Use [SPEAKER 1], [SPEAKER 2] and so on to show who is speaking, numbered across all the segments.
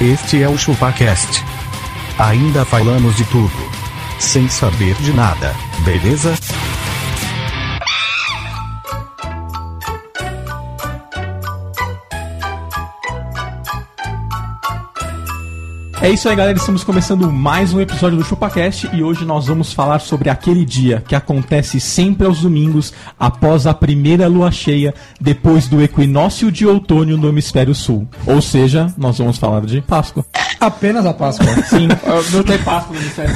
[SPEAKER 1] Este é o ChupaCast. Ainda falamos de tudo. Sem saber de nada, beleza?
[SPEAKER 2] É isso aí, galera. Estamos começando mais um episódio do ChupaCast e hoje nós vamos falar sobre aquele dia que acontece sempre aos domingos, após a primeira lua cheia, depois do equinócio de outono no hemisfério sul. Ou seja, nós vamos falar de Páscoa.
[SPEAKER 3] Apenas a Páscoa.
[SPEAKER 2] Sim,
[SPEAKER 3] Não tem Páscoa no Ministério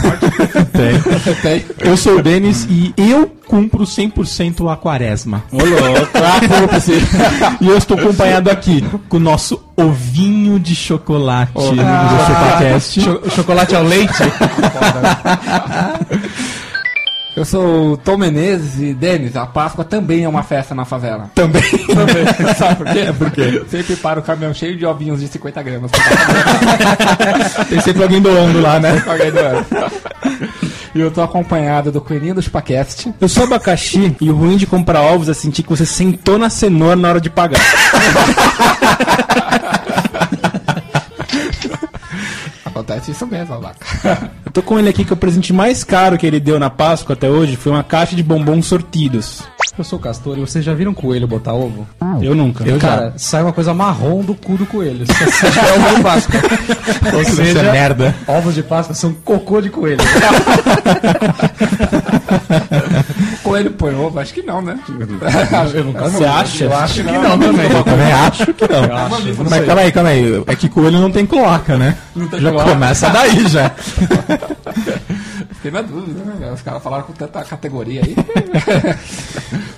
[SPEAKER 2] tem.
[SPEAKER 3] Tem.
[SPEAKER 2] Eu sou o Denis e eu cumpro 100% a quaresma.
[SPEAKER 3] Ô, louco. Ah, como precisa.
[SPEAKER 2] E eu estou acompanhado aqui com o nosso ovinho de chocolate do ChupaCast.
[SPEAKER 3] chocolate ao leite? Eu sou o Tom Menezes e, Denis, a Páscoa também é uma festa na favela.
[SPEAKER 2] Também.
[SPEAKER 3] Também. Sabe por quê?
[SPEAKER 4] É,
[SPEAKER 3] porque sempre para o caminhão cheio de ovinhos de 50 gramas.
[SPEAKER 2] Tem sempre alguém doando lá, né?
[SPEAKER 3] e eu tô acompanhado do Coelhinho do Chupacast.
[SPEAKER 4] Eu sou abacaxi e o ruim de comprar ovos é sentir que você sentou na cenoura na hora de pagar.
[SPEAKER 3] Acontece isso mesmo, vaca.
[SPEAKER 4] Eu tô com ele aqui que é o presente mais caro que ele deu na Páscoa até hoje foi uma caixa de bombons sortidos.
[SPEAKER 5] Eu sou o Castor e vocês já viram coelho botar ovo?
[SPEAKER 4] Eu nunca.
[SPEAKER 5] Cara, sai uma coisa marrom do cu do coelho. Se você tiver ovo de Páscoa. Ou
[SPEAKER 2] Isso é
[SPEAKER 5] seja,
[SPEAKER 2] merda.
[SPEAKER 5] ovos de Páscoa são cocô de coelho.
[SPEAKER 3] Coelho põe ovo? Acho que não, né?
[SPEAKER 5] Eu nunca
[SPEAKER 4] Você acha?
[SPEAKER 5] Eu acho que não também.
[SPEAKER 2] Eu também acho que não. Mas calma aí, calma aí. É que coelho não tem cloaca, né? já
[SPEAKER 3] cloaca.
[SPEAKER 2] começa daí já.
[SPEAKER 3] Fiquei na dúvida, né? Os caras falaram com tanta categoria aí.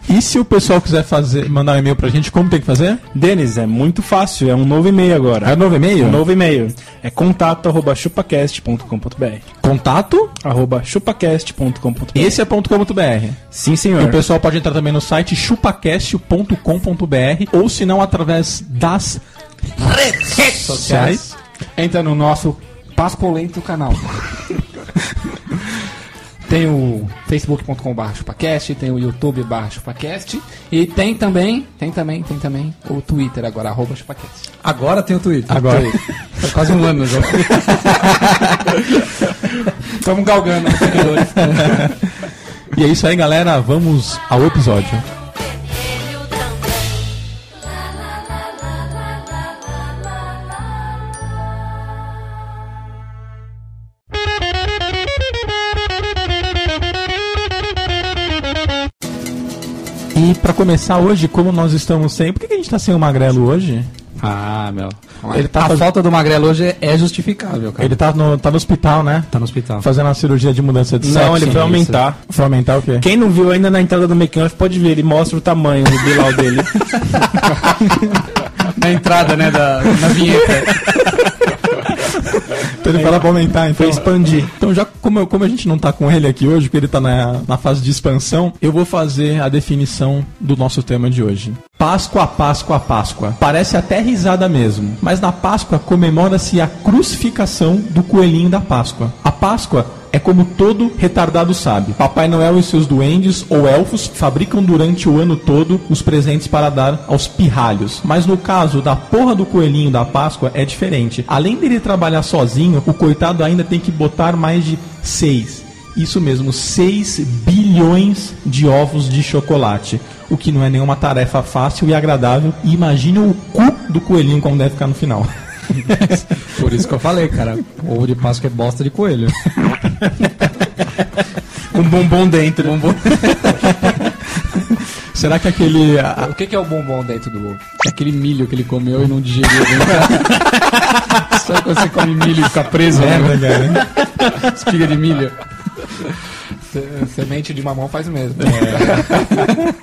[SPEAKER 2] E se o pessoal quiser fazer, mandar um e-mail pra gente, como tem que fazer?
[SPEAKER 4] Denis, é muito fácil, é um novo e-mail agora.
[SPEAKER 2] É novo e-mail?
[SPEAKER 4] Um novo e-mail. É contato arroba chupacast.com.br
[SPEAKER 2] Contato?
[SPEAKER 4] arroba chupacast.com.br
[SPEAKER 2] Esse é ponto .com.br.
[SPEAKER 4] Sim,
[SPEAKER 2] E o
[SPEAKER 4] senhor.
[SPEAKER 2] pessoal pode entrar também no site chupacast.com.br ou se não através das redes sociais.
[SPEAKER 3] Entra no nosso Pascolento canal. tem o facebook.com.br chupacast, tem o youtube.br chupacast e tem também, tem também, tem também o Twitter agora, arroba chupacast.
[SPEAKER 5] Agora tem o Twitter.
[SPEAKER 2] Agora.
[SPEAKER 5] Faz quase um ano já.
[SPEAKER 3] Estamos galgando os seguidores.
[SPEAKER 2] E é isso aí, galera. Vamos ao episódio.
[SPEAKER 6] Vermelho também. Lá, lá, lá, lá, lá, lá, lá, lá, lá.
[SPEAKER 2] E pra começar hoje, como nós estamos sem. Por que que a gente tá sem o Magrelo hoje?
[SPEAKER 5] Ah, meu.
[SPEAKER 2] Ele tá,
[SPEAKER 5] a
[SPEAKER 2] faz-
[SPEAKER 5] falta do magrelo hoje é- é justificável, cara.
[SPEAKER 2] ele tá, no, tá no hospital, né?
[SPEAKER 5] tá no hospital.
[SPEAKER 2] Fazendo a cirurgia de mudança de sexo.
[SPEAKER 4] Não, ele vai aumentar.
[SPEAKER 2] Foi aumentar o quê?
[SPEAKER 4] Quem não viu ainda na entrada do making off pode ver, ele mostra o tamanho do bilau dele.
[SPEAKER 5] Na entrada, né, da, na vinheta.
[SPEAKER 2] Então ele fala pra aumentar, então. expandir. Então, já como, eu- como a gente não tá com ele aqui hoje, porque ele tá na, na fase de expansão, eu vou fazer a definição do nosso tema de hoje. Páscoa, Páscoa, Páscoa. Parece até risada mesmo, mas na Páscoa comemora-se a crucificação do coelhinho da Páscoa. A Páscoa é como todo retardado sabe. Papai Noel e seus duendes ou elfos fabricam durante o ano todo os presentes para dar aos pirralhos. Mas no caso da porra do coelhinho da Páscoa é diferente. Além dele trabalhar sozinho, o coitado ainda tem que botar mais de seis. Isso mesmo, 6 bilhões de ovos de chocolate. O que não é nenhuma tarefa fácil e agradável. E imagina o cu do coelhinho como deve ficar no final.
[SPEAKER 5] Por isso que eu falei, cara. Ovo de Páscoa é bosta de coelho.
[SPEAKER 4] Com bombom dentro.
[SPEAKER 2] Será que aquele. a-
[SPEAKER 3] o que, que é o bombom dentro do ovo?
[SPEAKER 5] É aquele milho que ele comeu e não digeriu. bem. Sabe quando você come milho e fica preso, né?
[SPEAKER 2] Lembra, cara?
[SPEAKER 5] Espiga de milho.
[SPEAKER 3] Se- Semente de mamão faz o mesmo.
[SPEAKER 5] É.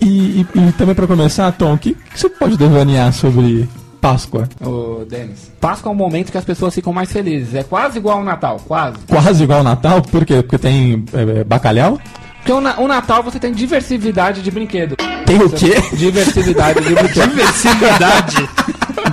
[SPEAKER 2] E, e- e também para começar, Tom, o que, que você pode devanear sobre Páscoa?
[SPEAKER 3] Ô, Denis. Páscoa é um momento que as pessoas ficam mais felizes. É quase igual ao Natal, quase.
[SPEAKER 2] Quase igual ao Natal, por quê? Porque tem é, é, bacalhau?
[SPEAKER 3] Porque o, na- o Natal você tem diversidade de brinquedo.
[SPEAKER 2] Tem o quê?
[SPEAKER 3] Diversidade de brinquedo. É,
[SPEAKER 4] Diversidade.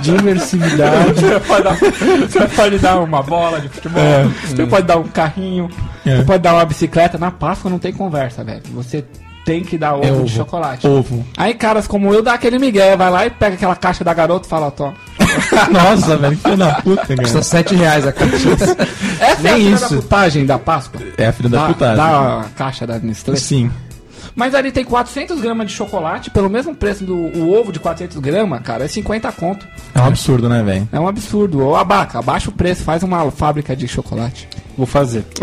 [SPEAKER 4] Diversidade.
[SPEAKER 3] Você pode, dar, você pode dar uma bola de futebol,
[SPEAKER 2] É.
[SPEAKER 3] você pode dar um carrinho,
[SPEAKER 2] É.
[SPEAKER 3] você pode dar uma bicicleta. Na Páscoa não tem conversa, velho. Você tem que dar ovo,
[SPEAKER 2] É ovo.
[SPEAKER 3] de chocolate.
[SPEAKER 2] Ovo.
[SPEAKER 3] Aí caras como eu dá aquele migué, vai lá e pega aquela caixa da garota e fala, ó, toma.
[SPEAKER 2] Nossa, velho, que filho da puta,
[SPEAKER 5] Custa
[SPEAKER 2] cara.
[SPEAKER 5] 7 reais a caixa.
[SPEAKER 3] Essa é a
[SPEAKER 5] Nem
[SPEAKER 3] filha
[SPEAKER 5] isso.
[SPEAKER 3] da putagem da Páscoa.
[SPEAKER 2] É a filha da
[SPEAKER 3] Da,
[SPEAKER 2] putada.
[SPEAKER 3] da caixa da Nestlé.
[SPEAKER 2] Sim.
[SPEAKER 3] Mas ali tem 400 gramas de chocolate, pelo mesmo preço do o ovo de 400 gramas, cara, é 50 conto.
[SPEAKER 2] É um absurdo, né, velho?
[SPEAKER 3] É um absurdo. Ou abaca, abaixa o preço, faz uma fábrica de chocolate.
[SPEAKER 4] Vou fazer.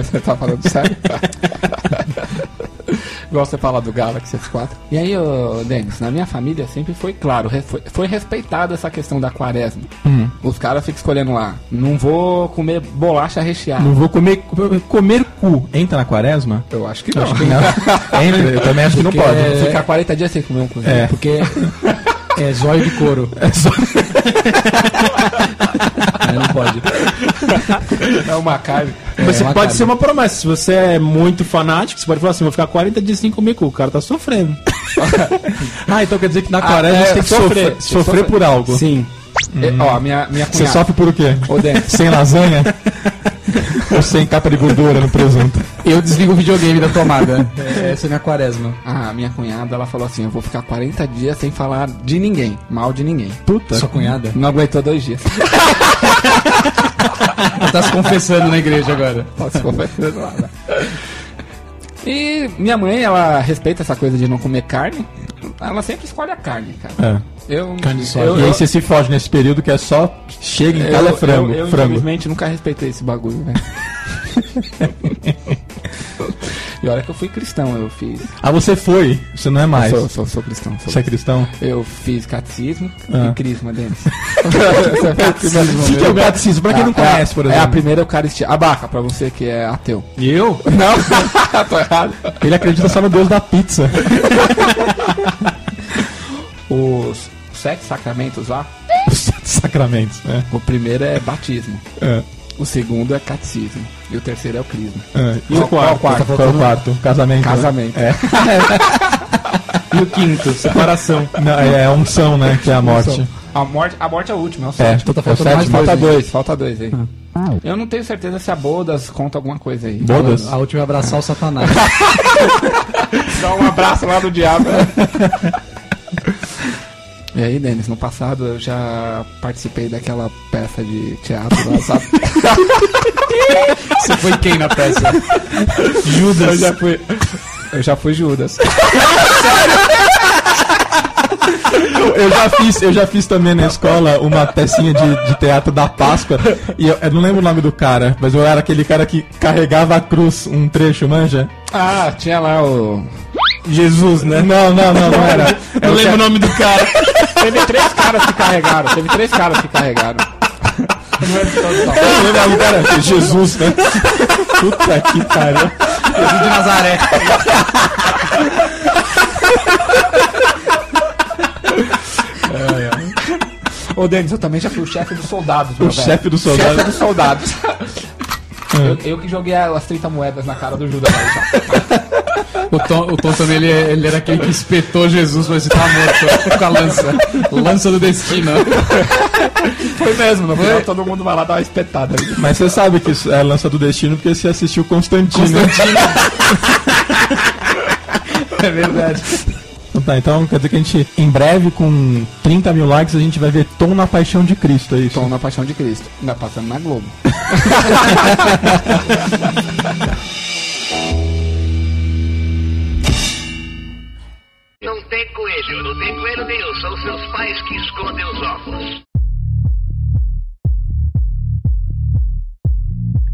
[SPEAKER 3] Você tá falando sério? Igual você fala do Galaxy S4. E aí, ô, Denis, na minha família sempre foi claro, re- foi, foi respeitada essa questão da quaresma. Os caras ficam escolhendo lá, não vou comer bolacha recheada.
[SPEAKER 2] Não vou comer. Comer cu entra na quaresma?
[SPEAKER 3] Eu acho que não.
[SPEAKER 2] Acho que não. Entra, eu também acho que não
[SPEAKER 3] Porque
[SPEAKER 2] pode.
[SPEAKER 3] Ficar 40 dias sem comer um cozinho.
[SPEAKER 2] É.
[SPEAKER 5] Porque é zóio de couro.
[SPEAKER 2] É só-
[SPEAKER 5] Aí não pode. É
[SPEAKER 3] É uma carne.
[SPEAKER 4] Mas
[SPEAKER 5] uma
[SPEAKER 4] pode
[SPEAKER 5] carne.
[SPEAKER 4] ser uma promessa. Se você é muito fanático, você pode falar assim: vou ficar 40 dias sem comer cu. O cara tá sofrendo.
[SPEAKER 2] Ah, então quer dizer que na quaresma
[SPEAKER 4] é,
[SPEAKER 2] a gente tem que
[SPEAKER 4] sofrer.
[SPEAKER 2] sofrer.
[SPEAKER 4] Tem que
[SPEAKER 2] Sofrer,
[SPEAKER 4] sofrer.
[SPEAKER 2] por algo.
[SPEAKER 4] Sim.
[SPEAKER 3] É, Ó, minha, minha
[SPEAKER 2] Você
[SPEAKER 3] cunhada.
[SPEAKER 2] sofre por o quê?
[SPEAKER 3] Ô, Denis,
[SPEAKER 2] Sem lasanha? Ou sem capa de gordura no presunto?
[SPEAKER 5] Eu desligo o videogame da tomada. Essa é minha quaresma.
[SPEAKER 3] a minha cunhada, ela falou assim: eu vou ficar 40 dias sem falar de ninguém, mal de ninguém.
[SPEAKER 2] Puta.
[SPEAKER 5] Sua cunhada?
[SPEAKER 3] Não aguentou dois dias.
[SPEAKER 5] Ela tá se confessando na igreja agora.
[SPEAKER 3] Posso conversando lá. né? E minha mãe, ela respeita essa coisa de não comer carne. Ela sempre escolhe a carne, cara.
[SPEAKER 2] É.
[SPEAKER 3] Eu,
[SPEAKER 5] Carne de soja.
[SPEAKER 3] eu,
[SPEAKER 2] e
[SPEAKER 3] eu-
[SPEAKER 2] aí você se foge nesse período que é só chega em
[SPEAKER 3] eu-
[SPEAKER 2] casa é
[SPEAKER 3] eu-
[SPEAKER 2] frango.
[SPEAKER 3] Eu, eu,
[SPEAKER 2] frango.
[SPEAKER 3] infelizmente, nunca respeitei esse bagulho, né? velho. e olha que eu fui cristão, eu fiz.
[SPEAKER 2] Ah, você foi. Você não é mais.
[SPEAKER 3] Sou, sou, sou cristão. Sou
[SPEAKER 2] Você é cristão?
[SPEAKER 3] Eu fiz catecismo
[SPEAKER 2] Ah.
[SPEAKER 3] e crisma, Denis.
[SPEAKER 2] O que é o catecismo? Pra quem não conhece, por
[SPEAKER 3] É a
[SPEAKER 2] exemplo.
[SPEAKER 3] primeira Eucaristia. Abaca, pra você que é ateu.
[SPEAKER 4] E eu?
[SPEAKER 3] Não, tô errado.
[SPEAKER 2] Ele acredita só no Deus da pizza.
[SPEAKER 3] Os sete sacramentos lá,
[SPEAKER 2] Os sete sacramentos. né?
[SPEAKER 3] o primeiro é batismo,
[SPEAKER 2] É,
[SPEAKER 3] o segundo é catecismo e o terceiro é o crisma.
[SPEAKER 2] é. E o
[SPEAKER 3] Qual-
[SPEAKER 2] quarto?
[SPEAKER 3] qual quarto?
[SPEAKER 2] Qual o quarto? Casamento. né?
[SPEAKER 3] Casamento.
[SPEAKER 2] É.
[SPEAKER 4] E o quinto? Separação.
[SPEAKER 2] Não, é, é a unção, né? Que é a morte.
[SPEAKER 3] A morte, a morte é o último, é o
[SPEAKER 2] É,
[SPEAKER 3] sétimo.
[SPEAKER 2] é
[SPEAKER 5] tá
[SPEAKER 2] o
[SPEAKER 5] faltando mais
[SPEAKER 2] sétimo.
[SPEAKER 5] dois,
[SPEAKER 3] Falta
[SPEAKER 5] né?
[SPEAKER 3] dois, falta dois aí. Eu não tenho certeza se a Bodas conta alguma coisa aí.
[SPEAKER 2] Bodas?
[SPEAKER 5] A última é abraçar o satanás.
[SPEAKER 3] Dá um abraço lá do diabo. E aí, Denis, no passado eu já participei daquela peça de teatro lá, sabe?
[SPEAKER 5] Você foi quem na peça?
[SPEAKER 3] Eu já fui. Eu já fui Judas.
[SPEAKER 2] Eu, eu já fiz, eu já fiz também na escola uma pecinha de, de teatro da Páscoa. E eu, eu não lembro o nome do cara, mas eu era aquele cara que carregava a cruz, um trecho, manja?
[SPEAKER 3] Ah, tinha lá o.
[SPEAKER 2] Jesus, né? Não, não, não, não era. Eu lembro o nome do cara.
[SPEAKER 3] Teve três caras que carregaram, teve três caras que carregaram. Não é de todos, não.
[SPEAKER 2] Eu lembro o nome do cara. Jesus, né? Puta que pariu.
[SPEAKER 5] de Nazaré.
[SPEAKER 3] Ô, Denis, eu também já fui o chefe dos soldados, meu
[SPEAKER 2] O
[SPEAKER 3] velho.
[SPEAKER 2] chefe do soldado.
[SPEAKER 3] Chefe dos soldados. eu, eu que joguei as 30 moedas na cara do Judas. lá, já.
[SPEAKER 5] O Tom, o Tom também, ele, é, ele era aquele que espetou Jesus, mas ele tá morto com a lança. Lança do destino.
[SPEAKER 3] Foi mesmo, não foi? Todo mundo vai lá dar uma espetada.
[SPEAKER 2] Mas você sabe que isso é lança do destino porque você assistiu Constantino.
[SPEAKER 3] É verdade.
[SPEAKER 2] Então Tá, então quer dizer que a gente, em breve, com 30 mil likes, a gente vai ver Tom na Paixão de Cristo, é isso?
[SPEAKER 3] Tom na Paixão de Cristo. Ainda passando na Globo.
[SPEAKER 7] Não tem coelho, não tem coelho nenhum. São seus pais que escondem os ovos.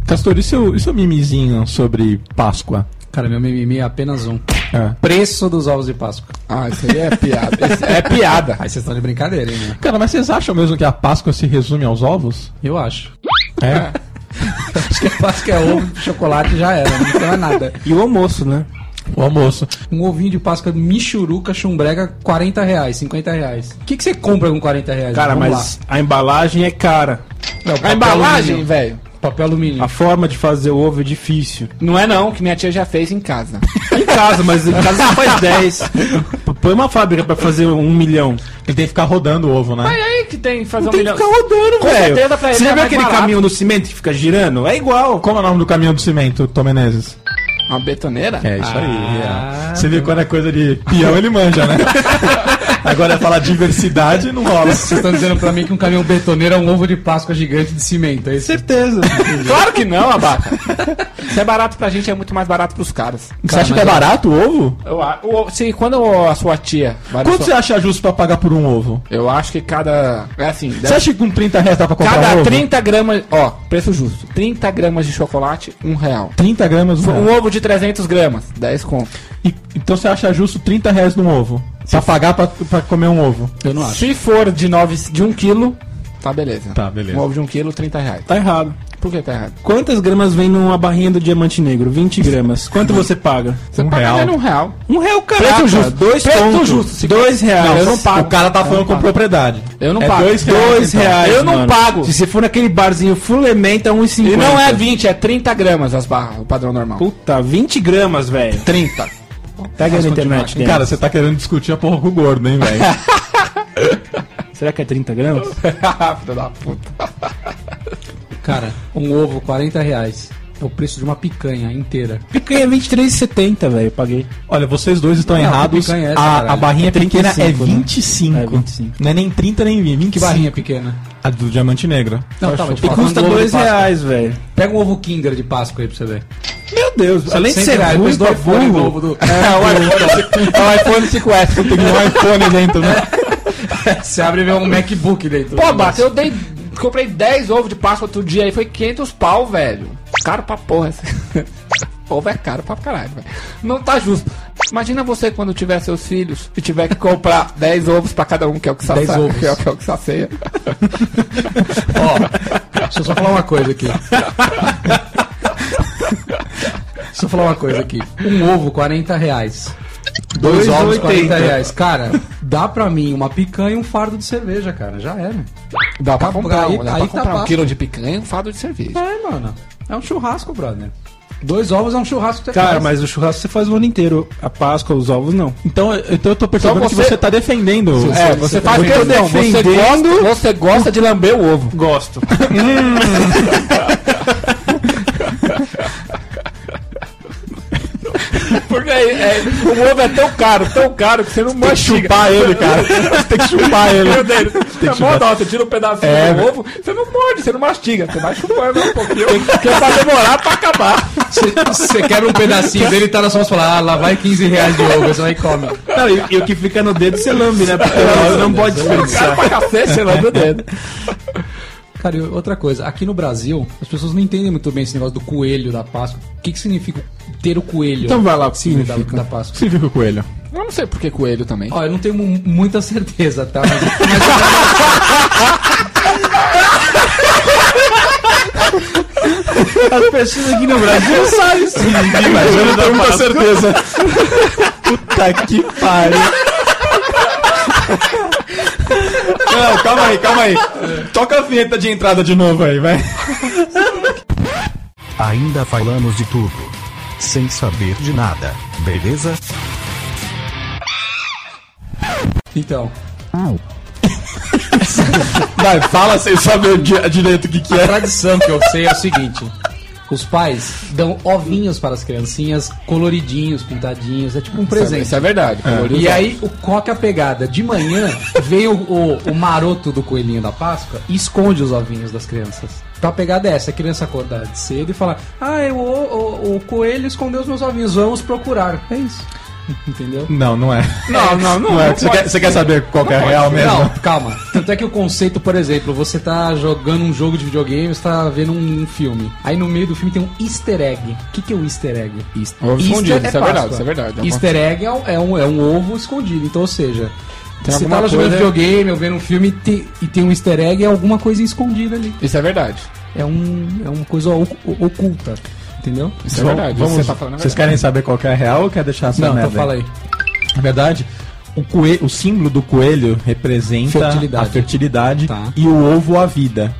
[SPEAKER 2] Castor, e seu, e seu mimizinho sobre Páscoa?
[SPEAKER 5] Cara, meu mimimi é apenas um.
[SPEAKER 2] É.
[SPEAKER 5] Preço dos ovos de Páscoa.
[SPEAKER 3] Ah, isso aí é piada. Isso é piada.
[SPEAKER 5] Aí vocês estão de brincadeira, hein, meu?
[SPEAKER 2] Cara, mas vocês acham mesmo que a Páscoa se resume aos ovos?
[SPEAKER 5] Eu acho.
[SPEAKER 2] É.
[SPEAKER 5] Acho que Páscoa é ovo, chocolate já era. Não tem mais nada.
[SPEAKER 4] E o almoço, né?
[SPEAKER 2] O almoço.
[SPEAKER 5] Um ovinho de Páscoa michuruca, chumbrega, 40 reais, 50 reais. O que, que você compra com 40 reais?
[SPEAKER 4] Cara,
[SPEAKER 5] Vamos
[SPEAKER 4] mas a embalagem é cara.
[SPEAKER 5] lá. É, o
[SPEAKER 3] A
[SPEAKER 5] papel
[SPEAKER 3] embalagem,
[SPEAKER 5] alumínio.
[SPEAKER 3] velho.
[SPEAKER 5] Papel alumínio.
[SPEAKER 4] A forma de fazer o ovo é difícil.
[SPEAKER 3] Não é não, que minha tia já fez em casa.
[SPEAKER 4] Em casa, mas em casa você faz 10. Põe uma fábrica pra fazer um milhão.
[SPEAKER 2] Ele tem que ficar rodando o ovo, né?
[SPEAKER 3] Mas aí que tem que fazer um
[SPEAKER 4] Tem que
[SPEAKER 3] milhão.
[SPEAKER 4] ficar rodando, velho.
[SPEAKER 3] certeza pra ele
[SPEAKER 4] Você já
[SPEAKER 3] tá
[SPEAKER 4] viu
[SPEAKER 3] mais
[SPEAKER 4] aquele
[SPEAKER 3] barato.
[SPEAKER 4] caminhão do cimento que fica girando? É igual.
[SPEAKER 2] Como é o nome do caminhão do cimento, Tom Menezes? Ah,
[SPEAKER 3] Uma betoneira?
[SPEAKER 2] É isso aí. é. Você vê quando é coisa de peão, ele manja, né? Agora falar diversidade não rola.
[SPEAKER 5] Vocês estão dizendo pra mim que um caminhão betoneiro é um ovo de Páscoa gigante de cimento, é isso?
[SPEAKER 2] Certeza.
[SPEAKER 3] Claro que não, abaca. Se é barato pra gente, é muito mais barato pros caras.
[SPEAKER 2] Você acha que é barato o ovo?
[SPEAKER 3] Eu, a- o- se quando a sua tia. vai na
[SPEAKER 2] Quanto você
[SPEAKER 3] sua-
[SPEAKER 2] acha justo pra pagar por um ovo?
[SPEAKER 3] Eu acho que cada. É assim, deve-
[SPEAKER 2] Você acha que com 30 reais dá pra comprar um
[SPEAKER 3] cada
[SPEAKER 2] ovo?
[SPEAKER 3] 30 gramas. Ó, preço justo. 30 gramas de chocolate, um real.
[SPEAKER 2] 30 gramas um
[SPEAKER 3] Um
[SPEAKER 2] ovo.
[SPEAKER 3] ovo de 300 gramas, 10 conto.
[SPEAKER 2] E- Então você acha justo 30 reais num ovo? Pra pagar pra, pra comer um ovo?
[SPEAKER 5] Eu não acho.
[SPEAKER 3] Se for de 9, de 1 quilo, tá beleza.
[SPEAKER 2] Tá, beleza.
[SPEAKER 3] Um ovo de 1 quilo, 30 reais.
[SPEAKER 4] Tá errado.
[SPEAKER 3] Por que tá errado?
[SPEAKER 4] Quantas gramas vem numa barrinha do diamante negro? 20 gramas. Quanto você paga?
[SPEAKER 3] Você
[SPEAKER 2] Um
[SPEAKER 3] paga
[SPEAKER 2] real.
[SPEAKER 3] menos um real.
[SPEAKER 4] Um real, caraca.
[SPEAKER 3] Preço justo.
[SPEAKER 4] Dois
[SPEAKER 3] Preço
[SPEAKER 4] pontos.
[SPEAKER 3] justo, se-
[SPEAKER 4] Dois reais.
[SPEAKER 3] Não, eu não pago.
[SPEAKER 2] O cara tá falando
[SPEAKER 3] Eu não
[SPEAKER 2] com
[SPEAKER 3] pago.
[SPEAKER 2] propriedade.
[SPEAKER 3] Eu não
[SPEAKER 4] É
[SPEAKER 3] pago.
[SPEAKER 4] dois reais.
[SPEAKER 3] Dois
[SPEAKER 4] então.
[SPEAKER 3] reais, Eu não
[SPEAKER 4] mano.
[SPEAKER 3] pago.
[SPEAKER 4] Se você for naquele barzinho tá um fulementa, 1,50.
[SPEAKER 3] E não é 20, é 30 gramas as barras, o padrão normal.
[SPEAKER 4] Puta, 20 gramas, velho.
[SPEAKER 3] 30.
[SPEAKER 4] Pega na
[SPEAKER 3] continuar.
[SPEAKER 4] internet,
[SPEAKER 2] Cara, você tá querendo discutir a porra com o gordo, hein, velho?
[SPEAKER 4] Será que é 30 gramas?
[SPEAKER 3] Filho da puta.
[SPEAKER 5] Cara, um ovo, 40 reais. É o preço de uma picanha inteira.
[SPEAKER 4] Picanha é 23,70, velho. Eu paguei.
[SPEAKER 2] Olha, vocês dois estão
[SPEAKER 5] Não,
[SPEAKER 2] errados.
[SPEAKER 5] que picanha é essa,
[SPEAKER 2] a,
[SPEAKER 5] caralho?
[SPEAKER 2] a barrinha
[SPEAKER 4] É
[SPEAKER 2] pequena é
[SPEAKER 4] 25, né?
[SPEAKER 2] 25.
[SPEAKER 4] É 25.
[SPEAKER 2] Não é nem 30 nem 20. 25.
[SPEAKER 5] Que barrinha pequena.
[SPEAKER 2] A do Diamante Negro.
[SPEAKER 5] Não, tá, mas
[SPEAKER 4] E custa
[SPEAKER 5] dois
[SPEAKER 4] 2 reais, velho.
[SPEAKER 5] Pega um ovo Kinder de Páscoa aí pra você ver.
[SPEAKER 4] Meu Deus, além de
[SPEAKER 5] 100
[SPEAKER 4] ser
[SPEAKER 5] reais,
[SPEAKER 4] ruim,
[SPEAKER 5] depois do
[SPEAKER 4] é
[SPEAKER 5] iPhone
[SPEAKER 4] burro.
[SPEAKER 5] novo do.
[SPEAKER 2] um
[SPEAKER 3] É o iPhone 5S.
[SPEAKER 2] Tem um iPhone dentro, né?
[SPEAKER 5] Você abre e vê um MacBook dentro.
[SPEAKER 3] Pô, Baca, eu dei. Comprei 10 ovos de Páscoa outro dia aí, foi 500 pau, velho. Caro pra porra. esse. Ovo é caro pra caralho, velho. Não tá justo. Imagina você quando tiver seus filhos e tiver que comprar 10 ovos pra cada um, que é o que
[SPEAKER 5] 10
[SPEAKER 3] sacia.
[SPEAKER 5] ovos.
[SPEAKER 3] Que é o que, é o que sacia.
[SPEAKER 5] Ó, deixa eu só falar uma coisa aqui. Deixa eu falar uma coisa aqui. Um ovo, 40 reais. Dois,
[SPEAKER 4] Dois
[SPEAKER 5] ovos,
[SPEAKER 4] 80.
[SPEAKER 5] 40 reais. Cara, dá pra mim uma picanha e um fardo de cerveja, cara. Já era.
[SPEAKER 3] Dá pra
[SPEAKER 5] Acabou,
[SPEAKER 3] comprar,
[SPEAKER 5] aí-
[SPEAKER 3] um, dá pra
[SPEAKER 5] aí tá
[SPEAKER 3] comprar um
[SPEAKER 5] baixo.
[SPEAKER 3] quilo de picanha e um fado de cerveja.
[SPEAKER 5] É, mano. É um churrasco, brother. Dois ovos é um churrasco que você
[SPEAKER 4] Cara,
[SPEAKER 5] faz.
[SPEAKER 4] mas o churrasco você faz o ano inteiro. A Páscoa, os ovos, não.
[SPEAKER 2] Então, eu- então eu tô percebendo
[SPEAKER 3] Então você-
[SPEAKER 2] que você tá defendendo.
[SPEAKER 3] É, você
[SPEAKER 2] tá
[SPEAKER 3] faz
[SPEAKER 4] Porque eu
[SPEAKER 3] questão. Você
[SPEAKER 4] defendendo-
[SPEAKER 3] gosta, você gosta de lamber o ovo.
[SPEAKER 4] Gosto.
[SPEAKER 3] Porque é, é, o ovo é tão caro, tão caro, que você não
[SPEAKER 2] Tem que
[SPEAKER 3] mastiga.
[SPEAKER 2] chupar ele, cara. Você tem que chupar ele.
[SPEAKER 3] Meu Deus, é mó
[SPEAKER 2] chupar.
[SPEAKER 3] dó, você tira um pedacinho
[SPEAKER 2] É,
[SPEAKER 3] do ovo, você não morde, você não mastiga, você vai chupando um pouquinho, porque vai demorar pra acabar.
[SPEAKER 5] Você- Você quebra um pedacinho dele e tá na sua mão e fala, ah, lá vai 15 reais de ovo, você vai e come.
[SPEAKER 4] Não, e, e o que fica no dedo você lambe, né? Porque não, não pode
[SPEAKER 3] Cara,
[SPEAKER 4] desperdiçar.
[SPEAKER 3] pra cacete, você lambe o dedo.
[SPEAKER 5] Cara, e outra coisa, aqui no Brasil, as pessoas não entendem muito bem esse negócio do coelho da Páscoa. O que, que significa ter o coelho
[SPEAKER 4] Então vai lá, o que
[SPEAKER 5] da,
[SPEAKER 4] significa?
[SPEAKER 5] da Páscoa?
[SPEAKER 2] Você viu o coelho?
[SPEAKER 3] Eu não sei por que é coelho também.
[SPEAKER 5] Ó, eu não tenho mu- muita certeza, tá? Mas,
[SPEAKER 4] As pessoas aqui no Brasil sabem isso.
[SPEAKER 2] Mas eu não tenho muita certeza. Puta que pariu. Não, calma aí, calma aí. Toca a vinheta de entrada de novo aí, vai.
[SPEAKER 1] Ainda falamos de tudo. Sem saber de nada, beleza?
[SPEAKER 5] então,
[SPEAKER 2] Vai, fala sem saber di- direito o que, que
[SPEAKER 5] a
[SPEAKER 2] é.
[SPEAKER 5] tradição que eu sei é o seguinte. Os pais dão ovinhos para as criancinhas, coloridinhos, pintadinhos, é tipo um presente.
[SPEAKER 3] Isso é verdade. colorido.
[SPEAKER 5] E aí, o, qual que é a pegada? De manhã, vem o, o- o maroto do coelhinho da Páscoa e esconde os ovinhos das crianças. Então a pegada é essa, a criança acordar de cedo e falar Ah, eu- o, o- o coelho escondeu os meus ovinhos, vamos procurar. É isso. Entendeu?
[SPEAKER 2] Não, não é.
[SPEAKER 3] Não, não, não.
[SPEAKER 2] Não é. Você quer, você quer saber qual que é a real
[SPEAKER 5] Não,
[SPEAKER 2] mesmo?
[SPEAKER 5] calma. Tanto é que o conceito, por exemplo, você tá jogando um jogo de videogame, você tá vendo um filme. Aí no meio do filme tem um easter egg. O que, que é o easter egg?
[SPEAKER 3] Ovo escondido, isso é
[SPEAKER 5] Páscoa.
[SPEAKER 3] verdade, isso é verdade. É uma-
[SPEAKER 5] Easter egg é um, é um- é um ovo escondido, então, ou seja.
[SPEAKER 3] Tem
[SPEAKER 5] você
[SPEAKER 3] alguma
[SPEAKER 5] tá lá jogando
[SPEAKER 3] coisa-
[SPEAKER 5] videogame ou vendo um filme e tem, e tem um easter egg, é alguma coisa escondida ali.
[SPEAKER 3] Isso é verdade.
[SPEAKER 5] É, um, é uma coisa ocu- oculta. Entendeu?
[SPEAKER 3] Isso é verdade.
[SPEAKER 2] Vamos,
[SPEAKER 3] Isso que você tá falando é
[SPEAKER 2] vocês
[SPEAKER 3] verdade.
[SPEAKER 2] querem saber qual que é a real ou quer deixar essa
[SPEAKER 5] Não,
[SPEAKER 2] merda?
[SPEAKER 5] então fala aí.
[SPEAKER 2] Na verdade, o, coelho, o símbolo do coelho representa
[SPEAKER 5] Fertilidade.
[SPEAKER 2] a fertilidade
[SPEAKER 5] Tá.
[SPEAKER 2] e o ovo a vida.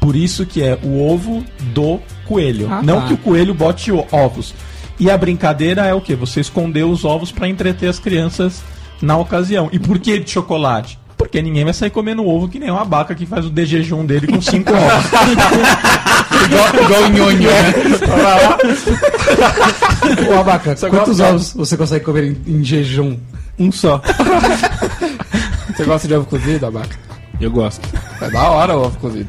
[SPEAKER 2] Por isso que é o ovo do coelho.
[SPEAKER 5] Ah,
[SPEAKER 2] Não
[SPEAKER 5] tá.
[SPEAKER 2] que o coelho bote o- ovos. E a brincadeira é o quê? Você esconder os ovos pra entreter as crianças na ocasião. E por que de chocolate? Porque ninguém vai sair comendo ovo que nem uma abaca que faz o de jejum dele com cinco ovos.
[SPEAKER 5] Igual, igual o nhonho, né? Um Ô, Abaca, quantos ovos você consegue comer em, em jejum?
[SPEAKER 4] Um só.
[SPEAKER 3] Você gosta de ovo cozido, Abaca?
[SPEAKER 4] Eu gosto.
[SPEAKER 3] É da hora o ovo cozido.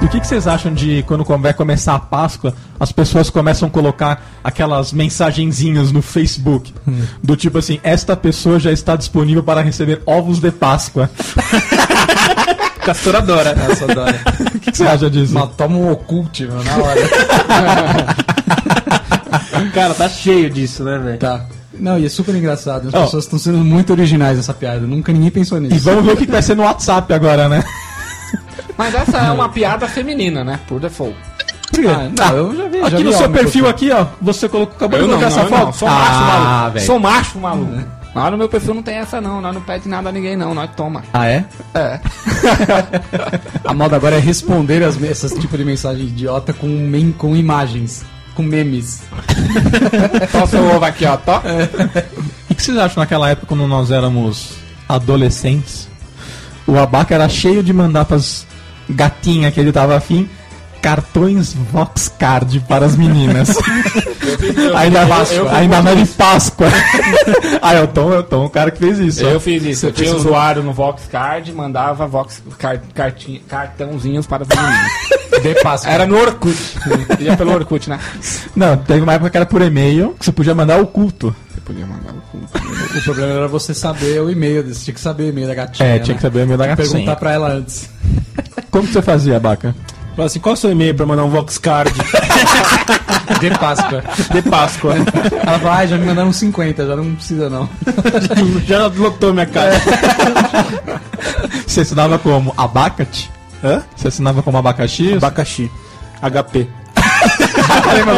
[SPEAKER 2] E o que, que vocês acham de quando come- vai começar a Páscoa, as pessoas começam a colocar aquelas mensagenzinhas no Facebook? Do tipo assim, esta pessoa já está disponível para receber ovos de Páscoa.
[SPEAKER 5] Castoradora. Castoradora.
[SPEAKER 2] O que, que você acha disso?
[SPEAKER 5] Mas toma um oculte, meu, na hora.
[SPEAKER 4] Cara, tá cheio disso, né, velho?
[SPEAKER 5] Tá. Não, e é super engraçado. As
[SPEAKER 2] Ó.
[SPEAKER 5] pessoas estão sendo muito originais nessa piada. Nunca ninguém pensou
[SPEAKER 2] E
[SPEAKER 5] nisso.
[SPEAKER 2] vamos ver o que, que vai ser no WhatsApp agora, né?
[SPEAKER 3] Mas essa é uma piada feminina, né? Por default.
[SPEAKER 5] Ah, não, eu já vi. já
[SPEAKER 2] Aqui
[SPEAKER 5] vi
[SPEAKER 2] no seu
[SPEAKER 5] homem
[SPEAKER 2] perfil aqui,
[SPEAKER 5] colocando.
[SPEAKER 2] ó, você colocou, acabou
[SPEAKER 3] Eu
[SPEAKER 2] de
[SPEAKER 3] não,
[SPEAKER 2] colocar
[SPEAKER 3] não,
[SPEAKER 2] essa
[SPEAKER 3] eu
[SPEAKER 2] foto. Ah,
[SPEAKER 3] não. um Sou
[SPEAKER 5] Ah,
[SPEAKER 2] velho.
[SPEAKER 3] macho, maluco. Sou macho, maluco. Lá no meu perfil não tem essa, não. Nós não pede nada a ninguém, não. Nós toma.
[SPEAKER 2] Ah, é?
[SPEAKER 5] A moda agora é responder as, essas tipo de mensagem idiota com, mem- com imagens, com memes.
[SPEAKER 3] É Só seu ovo aqui, ó. Tó.
[SPEAKER 2] E O que vocês acham naquela época quando nós éramos adolescentes? O abaca era cheio de mandar pras gatinhas que ele tava afim cartões Vox Card para as meninas. ainda mais, ainda mais de Páscoa. ah, é o Tom, é o Tom, o cara que fez isso.
[SPEAKER 3] Eu fiz isso. Eu tinha usuário no Voxcard e mandava Vox car- cartinha- cartãozinhos para as meninas.
[SPEAKER 5] De Páscoa.
[SPEAKER 3] Era no Orkut. Ia pelo Orkut, né?
[SPEAKER 2] Não, teve uma época que era por e-mail, que você podia mandar oculto.
[SPEAKER 3] Você podia mandar o cu.
[SPEAKER 5] O problema era você saber o e-mail desse. Tinha que saber o e-mail da gatinha. né?
[SPEAKER 2] É, tinha que saber o e-mail da
[SPEAKER 5] Perguntar
[SPEAKER 2] gatinha.
[SPEAKER 5] pra ela antes.
[SPEAKER 2] Como que você fazia, abaca?
[SPEAKER 4] Fala assim, qual é o seu e-mail pra mandar um Vox Card
[SPEAKER 5] De Páscoa.
[SPEAKER 4] de Páscoa?
[SPEAKER 5] Ela fala, ah, já me mandaram 50, já não precisa não.
[SPEAKER 4] Já lotou minha cara.
[SPEAKER 2] Você assinava como abacate?
[SPEAKER 4] Hã?
[SPEAKER 2] Você assinava como abacaxi?
[SPEAKER 4] Abacaxi. HP.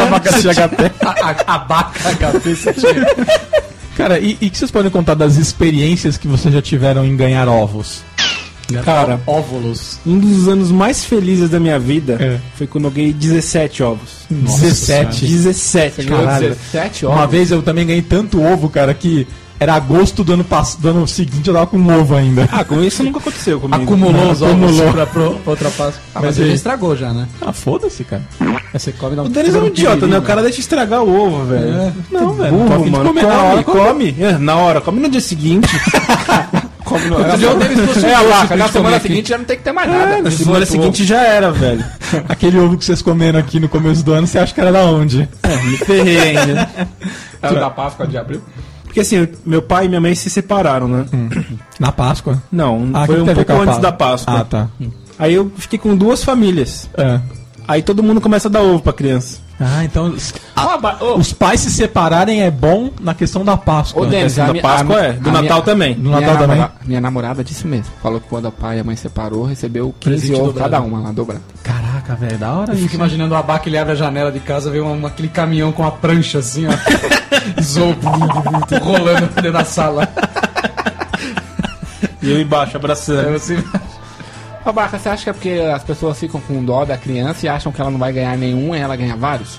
[SPEAKER 2] abacaxi HP.
[SPEAKER 5] A, a, a baca, a cabeça.
[SPEAKER 2] Cara, e e o que vocês podem contar das experiências que vocês já tiveram em ganhar ovos?
[SPEAKER 4] Cara,
[SPEAKER 5] Óvulos.
[SPEAKER 4] um dos anos mais felizes da minha vida
[SPEAKER 2] É.
[SPEAKER 4] foi quando eu ganhei 17 ovos.
[SPEAKER 2] 17.
[SPEAKER 4] 17,
[SPEAKER 2] Caralho.
[SPEAKER 3] 17
[SPEAKER 2] Uma
[SPEAKER 3] horas.
[SPEAKER 2] vez eu também ganhei tanto ovo, cara, que era agosto do ano, pass... do ano seguinte, eu tava com um ovo ainda.
[SPEAKER 4] Ah, com isso nunca aconteceu comigo.
[SPEAKER 5] Acumulou os ovos
[SPEAKER 2] Acumulou.
[SPEAKER 5] pra, pro- pra outra Páscoa. Ah, mas
[SPEAKER 2] Mas
[SPEAKER 5] você
[SPEAKER 2] e
[SPEAKER 5] já
[SPEAKER 2] aí?
[SPEAKER 5] estragou já, né?
[SPEAKER 2] Ah, foda-se, cara.
[SPEAKER 5] Aí Você come dá um
[SPEAKER 4] O Denis é um idiota, né? O cara deixa estragar o ovo, velho.
[SPEAKER 5] É.
[SPEAKER 2] Não, velho. não
[SPEAKER 4] Burro,
[SPEAKER 2] tô afim de
[SPEAKER 4] mano.
[SPEAKER 2] comer
[SPEAKER 4] come,
[SPEAKER 2] na hora,
[SPEAKER 4] come. É, na hora, come no dia seguinte. come no...
[SPEAKER 3] Outro dia o Denis trouxe um
[SPEAKER 4] É, a
[SPEAKER 3] doce
[SPEAKER 4] vaca,
[SPEAKER 3] pra gente
[SPEAKER 4] dá pra comer
[SPEAKER 3] semana
[SPEAKER 4] aqui.
[SPEAKER 3] seguinte já não tem que ter mais nada.
[SPEAKER 4] É, na semana seguinte já era, velho.
[SPEAKER 2] Aquele ovo que vocês comeram aqui no começo do ano, você acha que era da onde?
[SPEAKER 4] Me ferrei ainda.
[SPEAKER 3] É o da Páscoa de abril.
[SPEAKER 4] Porque assim, meu pai e minha mãe se separaram, né?
[SPEAKER 2] Na Páscoa?
[SPEAKER 4] Não,
[SPEAKER 2] Ah,
[SPEAKER 4] foi
[SPEAKER 2] que
[SPEAKER 4] um
[SPEAKER 2] que teve
[SPEAKER 4] pouco
[SPEAKER 2] com a
[SPEAKER 4] antes
[SPEAKER 2] Páscoa?
[SPEAKER 4] da Páscoa.
[SPEAKER 2] Ah, tá.
[SPEAKER 4] Aí eu fiquei com duas famílias.
[SPEAKER 2] É.
[SPEAKER 4] Aí todo mundo começa a dar ovo pra criança.
[SPEAKER 2] Ah, então os-
[SPEAKER 3] Ó, ba- ô,
[SPEAKER 2] os pais se separarem é bom na questão da Páscoa.
[SPEAKER 3] Ô, Denis,
[SPEAKER 4] Da
[SPEAKER 3] a minha-
[SPEAKER 4] Páscoa
[SPEAKER 3] a
[SPEAKER 4] é,
[SPEAKER 3] minha-
[SPEAKER 4] do
[SPEAKER 3] a
[SPEAKER 4] Natal
[SPEAKER 3] minha-
[SPEAKER 4] também.
[SPEAKER 2] No Natal
[SPEAKER 3] minha,
[SPEAKER 2] também?
[SPEAKER 3] namora- minha namorada disse mesmo. Falou que quando o pai e a mãe separou, recebeu 15
[SPEAKER 5] Presente
[SPEAKER 3] ovos
[SPEAKER 5] dobrado.
[SPEAKER 3] cada uma lá dobrado.
[SPEAKER 2] Caraca, velho, da hora
[SPEAKER 5] Eu fico imaginando o abaca, ele abre a janela de casa, vê uma- uma- aquele caminhão com a prancha assim, ó. Zou, rolando dentro da sala.
[SPEAKER 4] E eu embaixo,
[SPEAKER 5] Aí
[SPEAKER 4] abraçando.
[SPEAKER 5] você-
[SPEAKER 3] Ô, Barca, você acha que é porque as pessoas ficam com dó da criança e acham que ela não vai ganhar nenhum e ela ganha vários?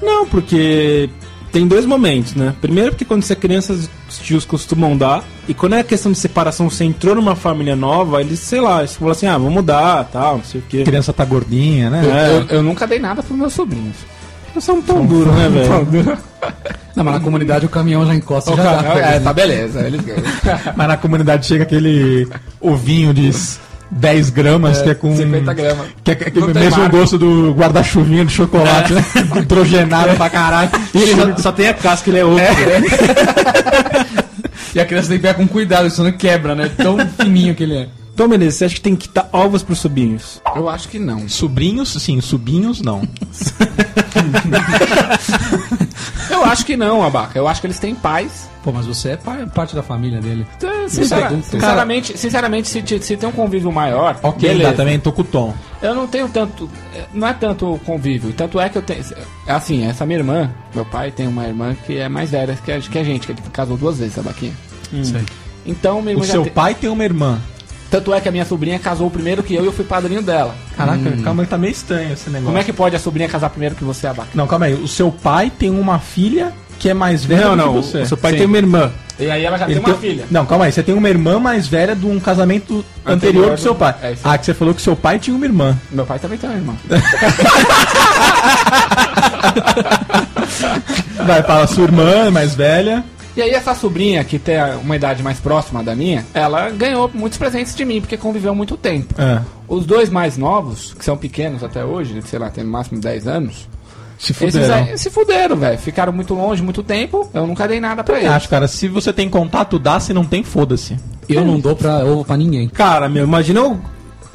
[SPEAKER 4] Não, porque tem dois momentos, né? Primeiro porque quando você é criança, os tios costumam dar. E quando é a questão de separação, você entrou numa família nova, eles, sei lá, eles falam assim, ah, vamos mudar, tal, não sei o quê.
[SPEAKER 2] A criança tá gordinha, né?
[SPEAKER 4] É.
[SPEAKER 3] Eu, eu nunca dei nada pros meus sobrinhos.
[SPEAKER 4] Crianças são tão duros, né, velho?
[SPEAKER 5] Não, mas na comunidade o caminhão já encosta, já dá. pra
[SPEAKER 3] é,
[SPEAKER 5] eles, né?
[SPEAKER 3] tá beleza, eles ganham.
[SPEAKER 2] Mas na comunidade chega aquele ovinho de 10 gramas que é com.
[SPEAKER 3] 50 gramas.
[SPEAKER 2] Que é aquele
[SPEAKER 3] Não tem
[SPEAKER 2] mesmo
[SPEAKER 3] marca.
[SPEAKER 2] gosto do guarda-chuvinho de chocolate, né? Hidrogenado pra caralho.
[SPEAKER 4] E ele só, só tem a casca, ele é ovo.
[SPEAKER 5] E a criança tem que pegar com cuidado, senão quebra, né? Tão fininho que ele é.
[SPEAKER 4] Então, beleza, você acha que tem que quitar ovos pros sobrinhos?
[SPEAKER 3] Eu acho que não.
[SPEAKER 2] Sobrinhos, sim, sobrinhos não.
[SPEAKER 3] Eu acho que não, Abaca. Eu acho que eles têm pais.
[SPEAKER 5] Pô, mas você é pa- parte da família dele.
[SPEAKER 3] Sincera-
[SPEAKER 5] pergunto.
[SPEAKER 3] sinceramente, sinceramente se, te- se tem um convívio maior,
[SPEAKER 2] ok,
[SPEAKER 3] beleza.
[SPEAKER 2] tá, também tô com o tom.
[SPEAKER 3] Eu não tenho tanto. eh, Não é tanto convívio. Tanto é que eu tenho. Assim, essa minha irmã, meu pai tem uma irmã que é mais velha que a, que a gente, que ele casou duas vezes, Abaquinha.
[SPEAKER 5] Sei.
[SPEAKER 3] Então, minha irmã
[SPEAKER 2] Hum. O
[SPEAKER 3] já
[SPEAKER 2] seu
[SPEAKER 3] te-
[SPEAKER 2] pai tem uma irmã.
[SPEAKER 3] Tanto é que a minha sobrinha casou primeiro que eu e eu fui padrinho dela.
[SPEAKER 2] Caraca, calma aí, tá meio estranho esse negócio.
[SPEAKER 3] Como é que pode a sobrinha casar primeiro que você, Abaca?
[SPEAKER 2] Não, calma aí. O seu pai tem uma filha que é mais velha
[SPEAKER 4] Não,
[SPEAKER 2] do
[SPEAKER 4] não,
[SPEAKER 2] que você.
[SPEAKER 4] o seu pai
[SPEAKER 2] Sim.
[SPEAKER 4] tem uma irmã.
[SPEAKER 8] E aí ela já
[SPEAKER 2] Ele
[SPEAKER 8] tem uma
[SPEAKER 2] tem- um-
[SPEAKER 8] filha.
[SPEAKER 2] Não, calma aí. Você tem uma irmã mais velha de um casamento anterior,
[SPEAKER 8] Anterior
[SPEAKER 2] do seu
[SPEAKER 8] do-
[SPEAKER 2] pai.
[SPEAKER 8] é isso aí.
[SPEAKER 2] ah, que você falou que seu pai tinha uma irmã.
[SPEAKER 3] Meu pai também tem uma irmã.
[SPEAKER 2] Vai, fala, sua irmã é mais velha.
[SPEAKER 3] E aí essa sobrinha, que tem uma idade mais próxima da minha, ela ganhou muitos presentes de mim, porque conviveu muito tempo.
[SPEAKER 2] Ah,
[SPEAKER 3] Os dois mais novos, que são pequenos até hoje, sei lá, tem no máximo 10 anos,
[SPEAKER 2] se
[SPEAKER 3] esses
[SPEAKER 2] fuderam.
[SPEAKER 3] aí se fuderam, velho. Ficaram muito longe, muito tempo, eu nunca dei nada pra
[SPEAKER 2] Eu
[SPEAKER 3] eles.
[SPEAKER 2] acho, cara, se você tem contato, dá. Se não tem, foda-se.
[SPEAKER 5] Eu não dou pra ovo pra ninguém.
[SPEAKER 4] Cara, meu, imagina o-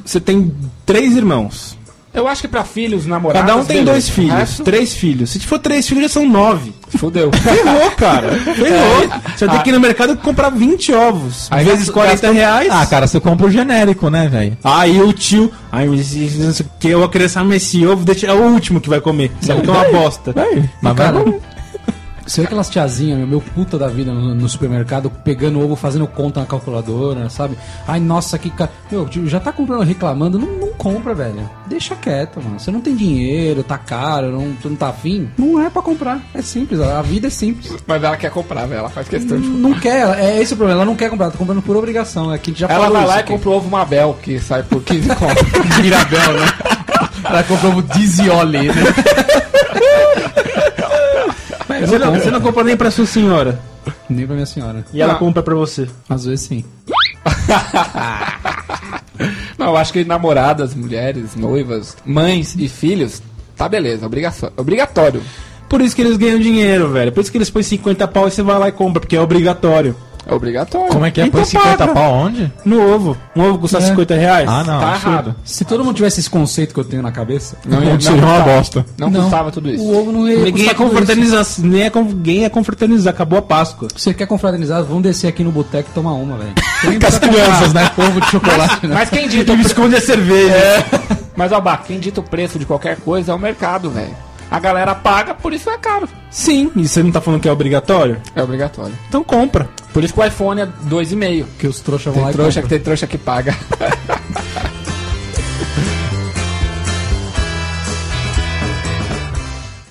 [SPEAKER 4] você tem três irmãos.
[SPEAKER 3] Eu acho que pra filhos, namorados...
[SPEAKER 4] Cada um tem
[SPEAKER 3] beleza.
[SPEAKER 4] dois
[SPEAKER 3] O
[SPEAKER 4] filhos,
[SPEAKER 3] resto,
[SPEAKER 4] três filhos. Se for três filhos, já são nove.
[SPEAKER 3] Fudeu.
[SPEAKER 4] Ferrou, cara. É. Ah. Ferrou. Você tem que ir no mercado e comprar 20 ovos.
[SPEAKER 3] Aí
[SPEAKER 4] vezes
[SPEAKER 3] gasto-
[SPEAKER 4] 40 reais.
[SPEAKER 2] Ah, cara, você compra o genérico, né, velho?
[SPEAKER 4] Aí o tio, ai, mas esse- esse- esse- que eu vou criança, mas esse ovo deixa, é o último que vai comer. Sabe que é uma bosta.
[SPEAKER 2] Vai, mas vai.
[SPEAKER 5] Cara, Você vê aquelas tiazinhas, meu, meu puta da vida no, no supermercado, pegando ovo, fazendo conta na calculadora, sabe? Ai, nossa, que cara. Meu, tipo, já tá comprando, reclamando. Não, não compra, velho. Deixa quieto, mano. Você não tem dinheiro, tá caro, não, tu não tá afim. Não é pra comprar. É simples, a vida é simples.
[SPEAKER 3] Mas ela quer comprar, velho, ela faz questão de...
[SPEAKER 5] Não quer, é esse o problema. Ela não quer comprar, tá comprando por obrigação. É que a gente já
[SPEAKER 3] Ela
[SPEAKER 5] falou
[SPEAKER 3] vai lá e
[SPEAKER 5] isso aqui.
[SPEAKER 3] compra o ovo Mabel, que sai por 15 conto. Mirabel, né?
[SPEAKER 5] Ela comprou o Dizioli, né? Mas
[SPEAKER 4] Você
[SPEAKER 5] eu
[SPEAKER 4] não,
[SPEAKER 5] compro.
[SPEAKER 4] você não compra nem pra sua senhora. Ah.
[SPEAKER 5] Nem pra minha senhora.
[SPEAKER 4] E ela compra pra você.
[SPEAKER 5] Às vezes sim.
[SPEAKER 3] Não, eu acho que namoradas, mulheres, noivas, mães e filhos, tá beleza, obrigação, obrigatório.
[SPEAKER 4] Por isso que eles ganham dinheiro, velho. Por isso que eles põem 50 pau e você vai lá e compra, porque é obrigatório.
[SPEAKER 3] É obrigatório.
[SPEAKER 2] Como é que é? Põe
[SPEAKER 4] Então
[SPEAKER 2] 50
[SPEAKER 4] paga.
[SPEAKER 2] pau onde?
[SPEAKER 4] No ovo. Um ovo custa 50 reais.
[SPEAKER 2] Ah, não.
[SPEAKER 3] Tá
[SPEAKER 2] absurdo.
[SPEAKER 3] errado.
[SPEAKER 5] Se todo mundo tivesse esse conceito que eu tenho na cabeça,
[SPEAKER 3] Não,
[SPEAKER 2] Não, tá.
[SPEAKER 3] não,
[SPEAKER 2] seria uma bosta.
[SPEAKER 3] não, custava tudo isso.
[SPEAKER 5] O ovo não ia
[SPEAKER 4] Ninguém é
[SPEAKER 5] custar tudo isso.
[SPEAKER 4] confraternizar. Nem é con- Ninguém é confraternizar. Acabou a Páscoa.
[SPEAKER 5] Você quer confraternizar? Vamos descer aqui no boteco e tomar uma, velho.
[SPEAKER 2] Com as crianças, né?
[SPEAKER 5] Ovo de chocolate, né?
[SPEAKER 3] Mas quem dita o pre...
[SPEAKER 4] esconde a cerveja.
[SPEAKER 3] Mas, Alba, quem dita o preço de qualquer coisa é o mercado, velho. A galera paga, por isso é caro.
[SPEAKER 4] Sim, e você não tá falando que é obrigatório?
[SPEAKER 3] É obrigatório.
[SPEAKER 4] Então compra.
[SPEAKER 3] Por isso que o iPhone é 2,5.
[SPEAKER 5] Que os trouxas vão lá
[SPEAKER 3] Tem
[SPEAKER 5] e
[SPEAKER 3] trouxa,
[SPEAKER 5] compram.
[SPEAKER 3] tem trouxa que paga.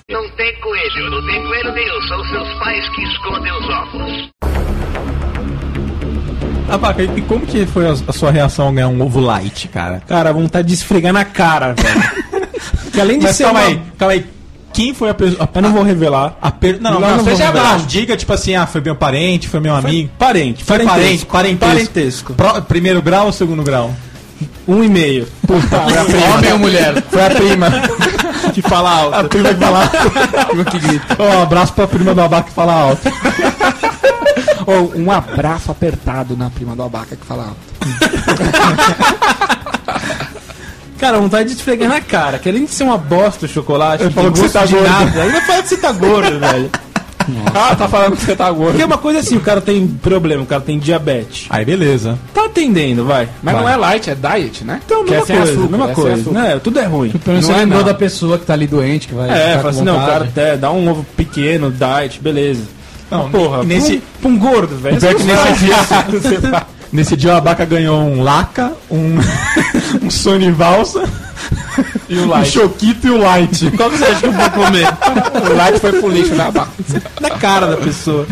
[SPEAKER 7] Não tem coelho, não tem coelho nenhum. São seus pais que escondem os ovos.
[SPEAKER 2] Ah, Paca, e como que foi a, a sua reação ao ganhar um ovo light, cara?
[SPEAKER 4] Cara, vontade de esfregar na cara, velho. que além de
[SPEAKER 2] Mas
[SPEAKER 4] ser
[SPEAKER 2] calma
[SPEAKER 4] uma-
[SPEAKER 2] aí, calma aí. Quem foi a pessoa.
[SPEAKER 4] Eu não vou revelar.
[SPEAKER 2] A per... Não, não,
[SPEAKER 4] Lá
[SPEAKER 2] não,
[SPEAKER 4] não
[SPEAKER 2] seja
[SPEAKER 4] vamos
[SPEAKER 2] abaixo.
[SPEAKER 4] dar.
[SPEAKER 2] Diga, tipo assim, ah, foi meu parente, foi meu amigo.
[SPEAKER 4] Parente,
[SPEAKER 2] Foi parente,
[SPEAKER 4] parentesco.
[SPEAKER 2] parentesco.
[SPEAKER 4] Parentesco.
[SPEAKER 2] Pro- primeiro grau ou segundo grau?
[SPEAKER 4] Um e meio.
[SPEAKER 3] Homem ou mulher?
[SPEAKER 2] Foi a prima. que fala alto. A prima que fala alto. Ó, um abraço pra prima do abaco que fala alto.
[SPEAKER 3] Ou um abraço apertado na prima do abaca que fala alto.
[SPEAKER 4] Cara, vontade de esfregar na cara. Que além de ser uma bosta o chocolate,
[SPEAKER 2] Ele
[SPEAKER 4] não
[SPEAKER 2] falou
[SPEAKER 4] tem
[SPEAKER 2] que você
[SPEAKER 4] gosto
[SPEAKER 2] tá
[SPEAKER 4] de
[SPEAKER 2] gordo.
[SPEAKER 4] nada. Ainda fala que você tá gordo, velho.
[SPEAKER 3] Ah, tá falando que você tá gordo.
[SPEAKER 4] Porque é uma coisa assim, o cara tem problema, o cara tem diabetes.
[SPEAKER 2] Aí beleza.
[SPEAKER 4] Tá atendendo, vai.
[SPEAKER 3] Mas
[SPEAKER 4] Vai.
[SPEAKER 3] não é light, é diet, né?
[SPEAKER 4] Então,
[SPEAKER 3] Que
[SPEAKER 4] mesma
[SPEAKER 3] sem
[SPEAKER 4] coisa,
[SPEAKER 3] açúcar,
[SPEAKER 4] mesma
[SPEAKER 3] é sem
[SPEAKER 4] coisa.
[SPEAKER 3] açúcar.
[SPEAKER 4] Né? Tudo é ruim.
[SPEAKER 5] Pelo menos
[SPEAKER 3] Não
[SPEAKER 5] você
[SPEAKER 3] é,
[SPEAKER 5] lembrou
[SPEAKER 3] não.
[SPEAKER 5] da pessoa que tá ali doente, que vai
[SPEAKER 4] É,
[SPEAKER 5] ficar
[SPEAKER 4] fala
[SPEAKER 5] com
[SPEAKER 4] assim, não, o cara
[SPEAKER 5] vontade.
[SPEAKER 4] até dá um ovo pequeno, diet, beleza.
[SPEAKER 2] Não,
[SPEAKER 4] Porra,
[SPEAKER 2] nesse-
[SPEAKER 4] pra um- pra um gordo, velho.
[SPEAKER 2] Pior que
[SPEAKER 4] Você não
[SPEAKER 2] nesse
[SPEAKER 4] vai.
[SPEAKER 2] dia, nesse dia o abaca ganhou um laca, um, um Sony Valsa,
[SPEAKER 4] E o
[SPEAKER 2] um
[SPEAKER 4] light.
[SPEAKER 2] choquito e o light.
[SPEAKER 4] Qual que você acha que eu vou comer?
[SPEAKER 3] O light foi pro lixo, né, abaca?
[SPEAKER 4] Na cara da pessoa.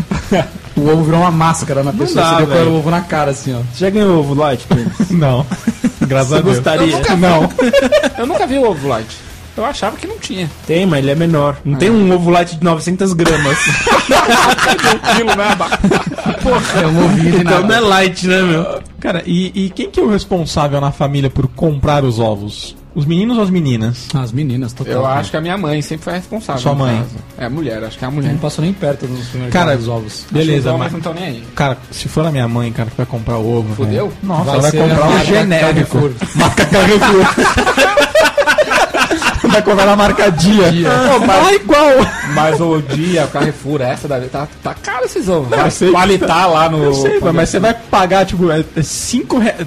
[SPEAKER 5] O ovo virou uma máscara na pessoa. você
[SPEAKER 4] dá,
[SPEAKER 5] deu
[SPEAKER 4] velho.
[SPEAKER 5] com o ovo na cara, assim, ó.
[SPEAKER 4] Você já ganhou ovo light, Pedro?
[SPEAKER 2] Não. Graças a
[SPEAKER 4] Você
[SPEAKER 2] Deus.
[SPEAKER 4] gostaria?
[SPEAKER 2] Não.
[SPEAKER 3] Eu nunca vi o ovo light. Eu achava que não tinha.
[SPEAKER 4] Tem, mas ele é menor. Não tem um ovo light de 900 gramas.
[SPEAKER 3] Aquilo, né, abaca?
[SPEAKER 5] É um ovinho de
[SPEAKER 4] então
[SPEAKER 5] nada.
[SPEAKER 4] não é light, né, meu?
[SPEAKER 2] Cara, e, e quem que é o responsável na família por comprar os ovos? Os meninos ou as meninas?
[SPEAKER 5] As meninas, total.
[SPEAKER 3] Eu acho que a minha mãe sempre foi a responsável.
[SPEAKER 2] Sua
[SPEAKER 3] no
[SPEAKER 2] mãe.
[SPEAKER 3] caso. É a mulher, acho que é a mulher.
[SPEAKER 5] Não passou nem perto dos supermercados
[SPEAKER 2] Cara,
[SPEAKER 5] dos ovos.
[SPEAKER 3] Os
[SPEAKER 2] Beleza, mas...
[SPEAKER 3] homens não estão nem aí.
[SPEAKER 2] Cara, se for a minha mãe, cara, que vai comprar o ovo...
[SPEAKER 3] é Fudeu?
[SPEAKER 2] velho. Nossa, ela vai
[SPEAKER 5] ser a
[SPEAKER 2] comprar um
[SPEAKER 5] marca
[SPEAKER 2] genérico.
[SPEAKER 5] Carrefour.
[SPEAKER 2] Marca Carrefour. vai comprar na marca Dia.
[SPEAKER 3] Dia.
[SPEAKER 2] Ô, mas... Ah, igual.
[SPEAKER 3] Mas o dia, o Carrefour, essa da tá, tá caro esses ovos.
[SPEAKER 2] eu
[SPEAKER 3] Vai
[SPEAKER 2] sei.
[SPEAKER 3] qualitar lá no.
[SPEAKER 2] Eu sei, mas você vai pagar, tipo, 5 reais...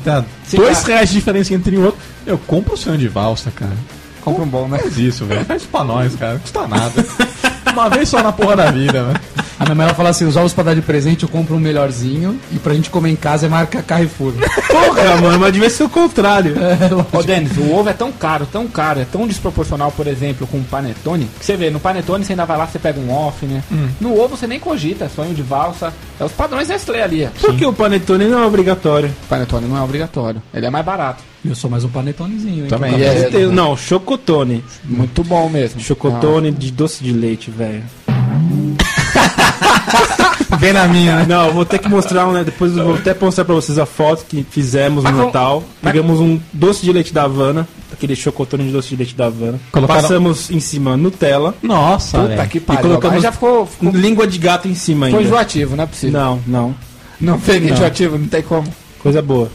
[SPEAKER 3] Sim,
[SPEAKER 2] 2
[SPEAKER 3] cara.
[SPEAKER 2] reais de diferença entre um e outro. Eu compro o sonho de valsa, cara.
[SPEAKER 3] Compra um bom, né?
[SPEAKER 2] Faz isso, velho. Faz isso pra nós, cara. Não custa nada. Uma vez só na porra da vida, velho.
[SPEAKER 5] A minha mãe ela fala assim: os ovos pra dar de presente eu compro um melhorzinho e pra gente comer em casa é marca Carrefour.
[SPEAKER 4] Porra, mano, mas devia ser o contrário.
[SPEAKER 3] Ô, Denis, o ovo é tão caro, tão caro, é tão desproporcional, por exemplo, com o panetone, que você vê, no panetone você ainda vai lá, você pega um off, né?
[SPEAKER 2] Hum.
[SPEAKER 3] No ovo você nem cogita, sonho de valsa. É os padrões Nestlé ali. ó.
[SPEAKER 4] Por que o panetone não é obrigatório?
[SPEAKER 3] O panetone não é obrigatório, ele é mais barato.
[SPEAKER 5] E eu sou mais um panetonezinho, hein?
[SPEAKER 3] Também.
[SPEAKER 5] Que eu
[SPEAKER 3] É,
[SPEAKER 5] gosto.
[SPEAKER 4] Tem- Não, chocotone.
[SPEAKER 3] Muito bom mesmo.
[SPEAKER 4] Chocotone de doce de leite, velho.
[SPEAKER 2] Bem na minha, né?
[SPEAKER 4] Não, eu vou ter que mostrar, um, né? Depois eu vou até mostrar pra vocês a foto que fizemos no
[SPEAKER 3] Mas com-
[SPEAKER 4] Natal. Pegamos um doce de leite da Havana, aquele chocotone de doce de leite da Havana.
[SPEAKER 2] Colocaram-
[SPEAKER 4] Passamos em cima Nutella.
[SPEAKER 2] Nossa,
[SPEAKER 3] Ah, Puta
[SPEAKER 2] velho.
[SPEAKER 3] que
[SPEAKER 4] E
[SPEAKER 3] pariu.
[SPEAKER 4] colocamos-
[SPEAKER 3] Mas já ficou. ficou-
[SPEAKER 4] Língua de gato em cima ainda.
[SPEAKER 3] Foi enjoativo, não é possível.
[SPEAKER 4] Não, não.
[SPEAKER 3] Não foi enjoativo, não tem como.
[SPEAKER 4] Coisa boa.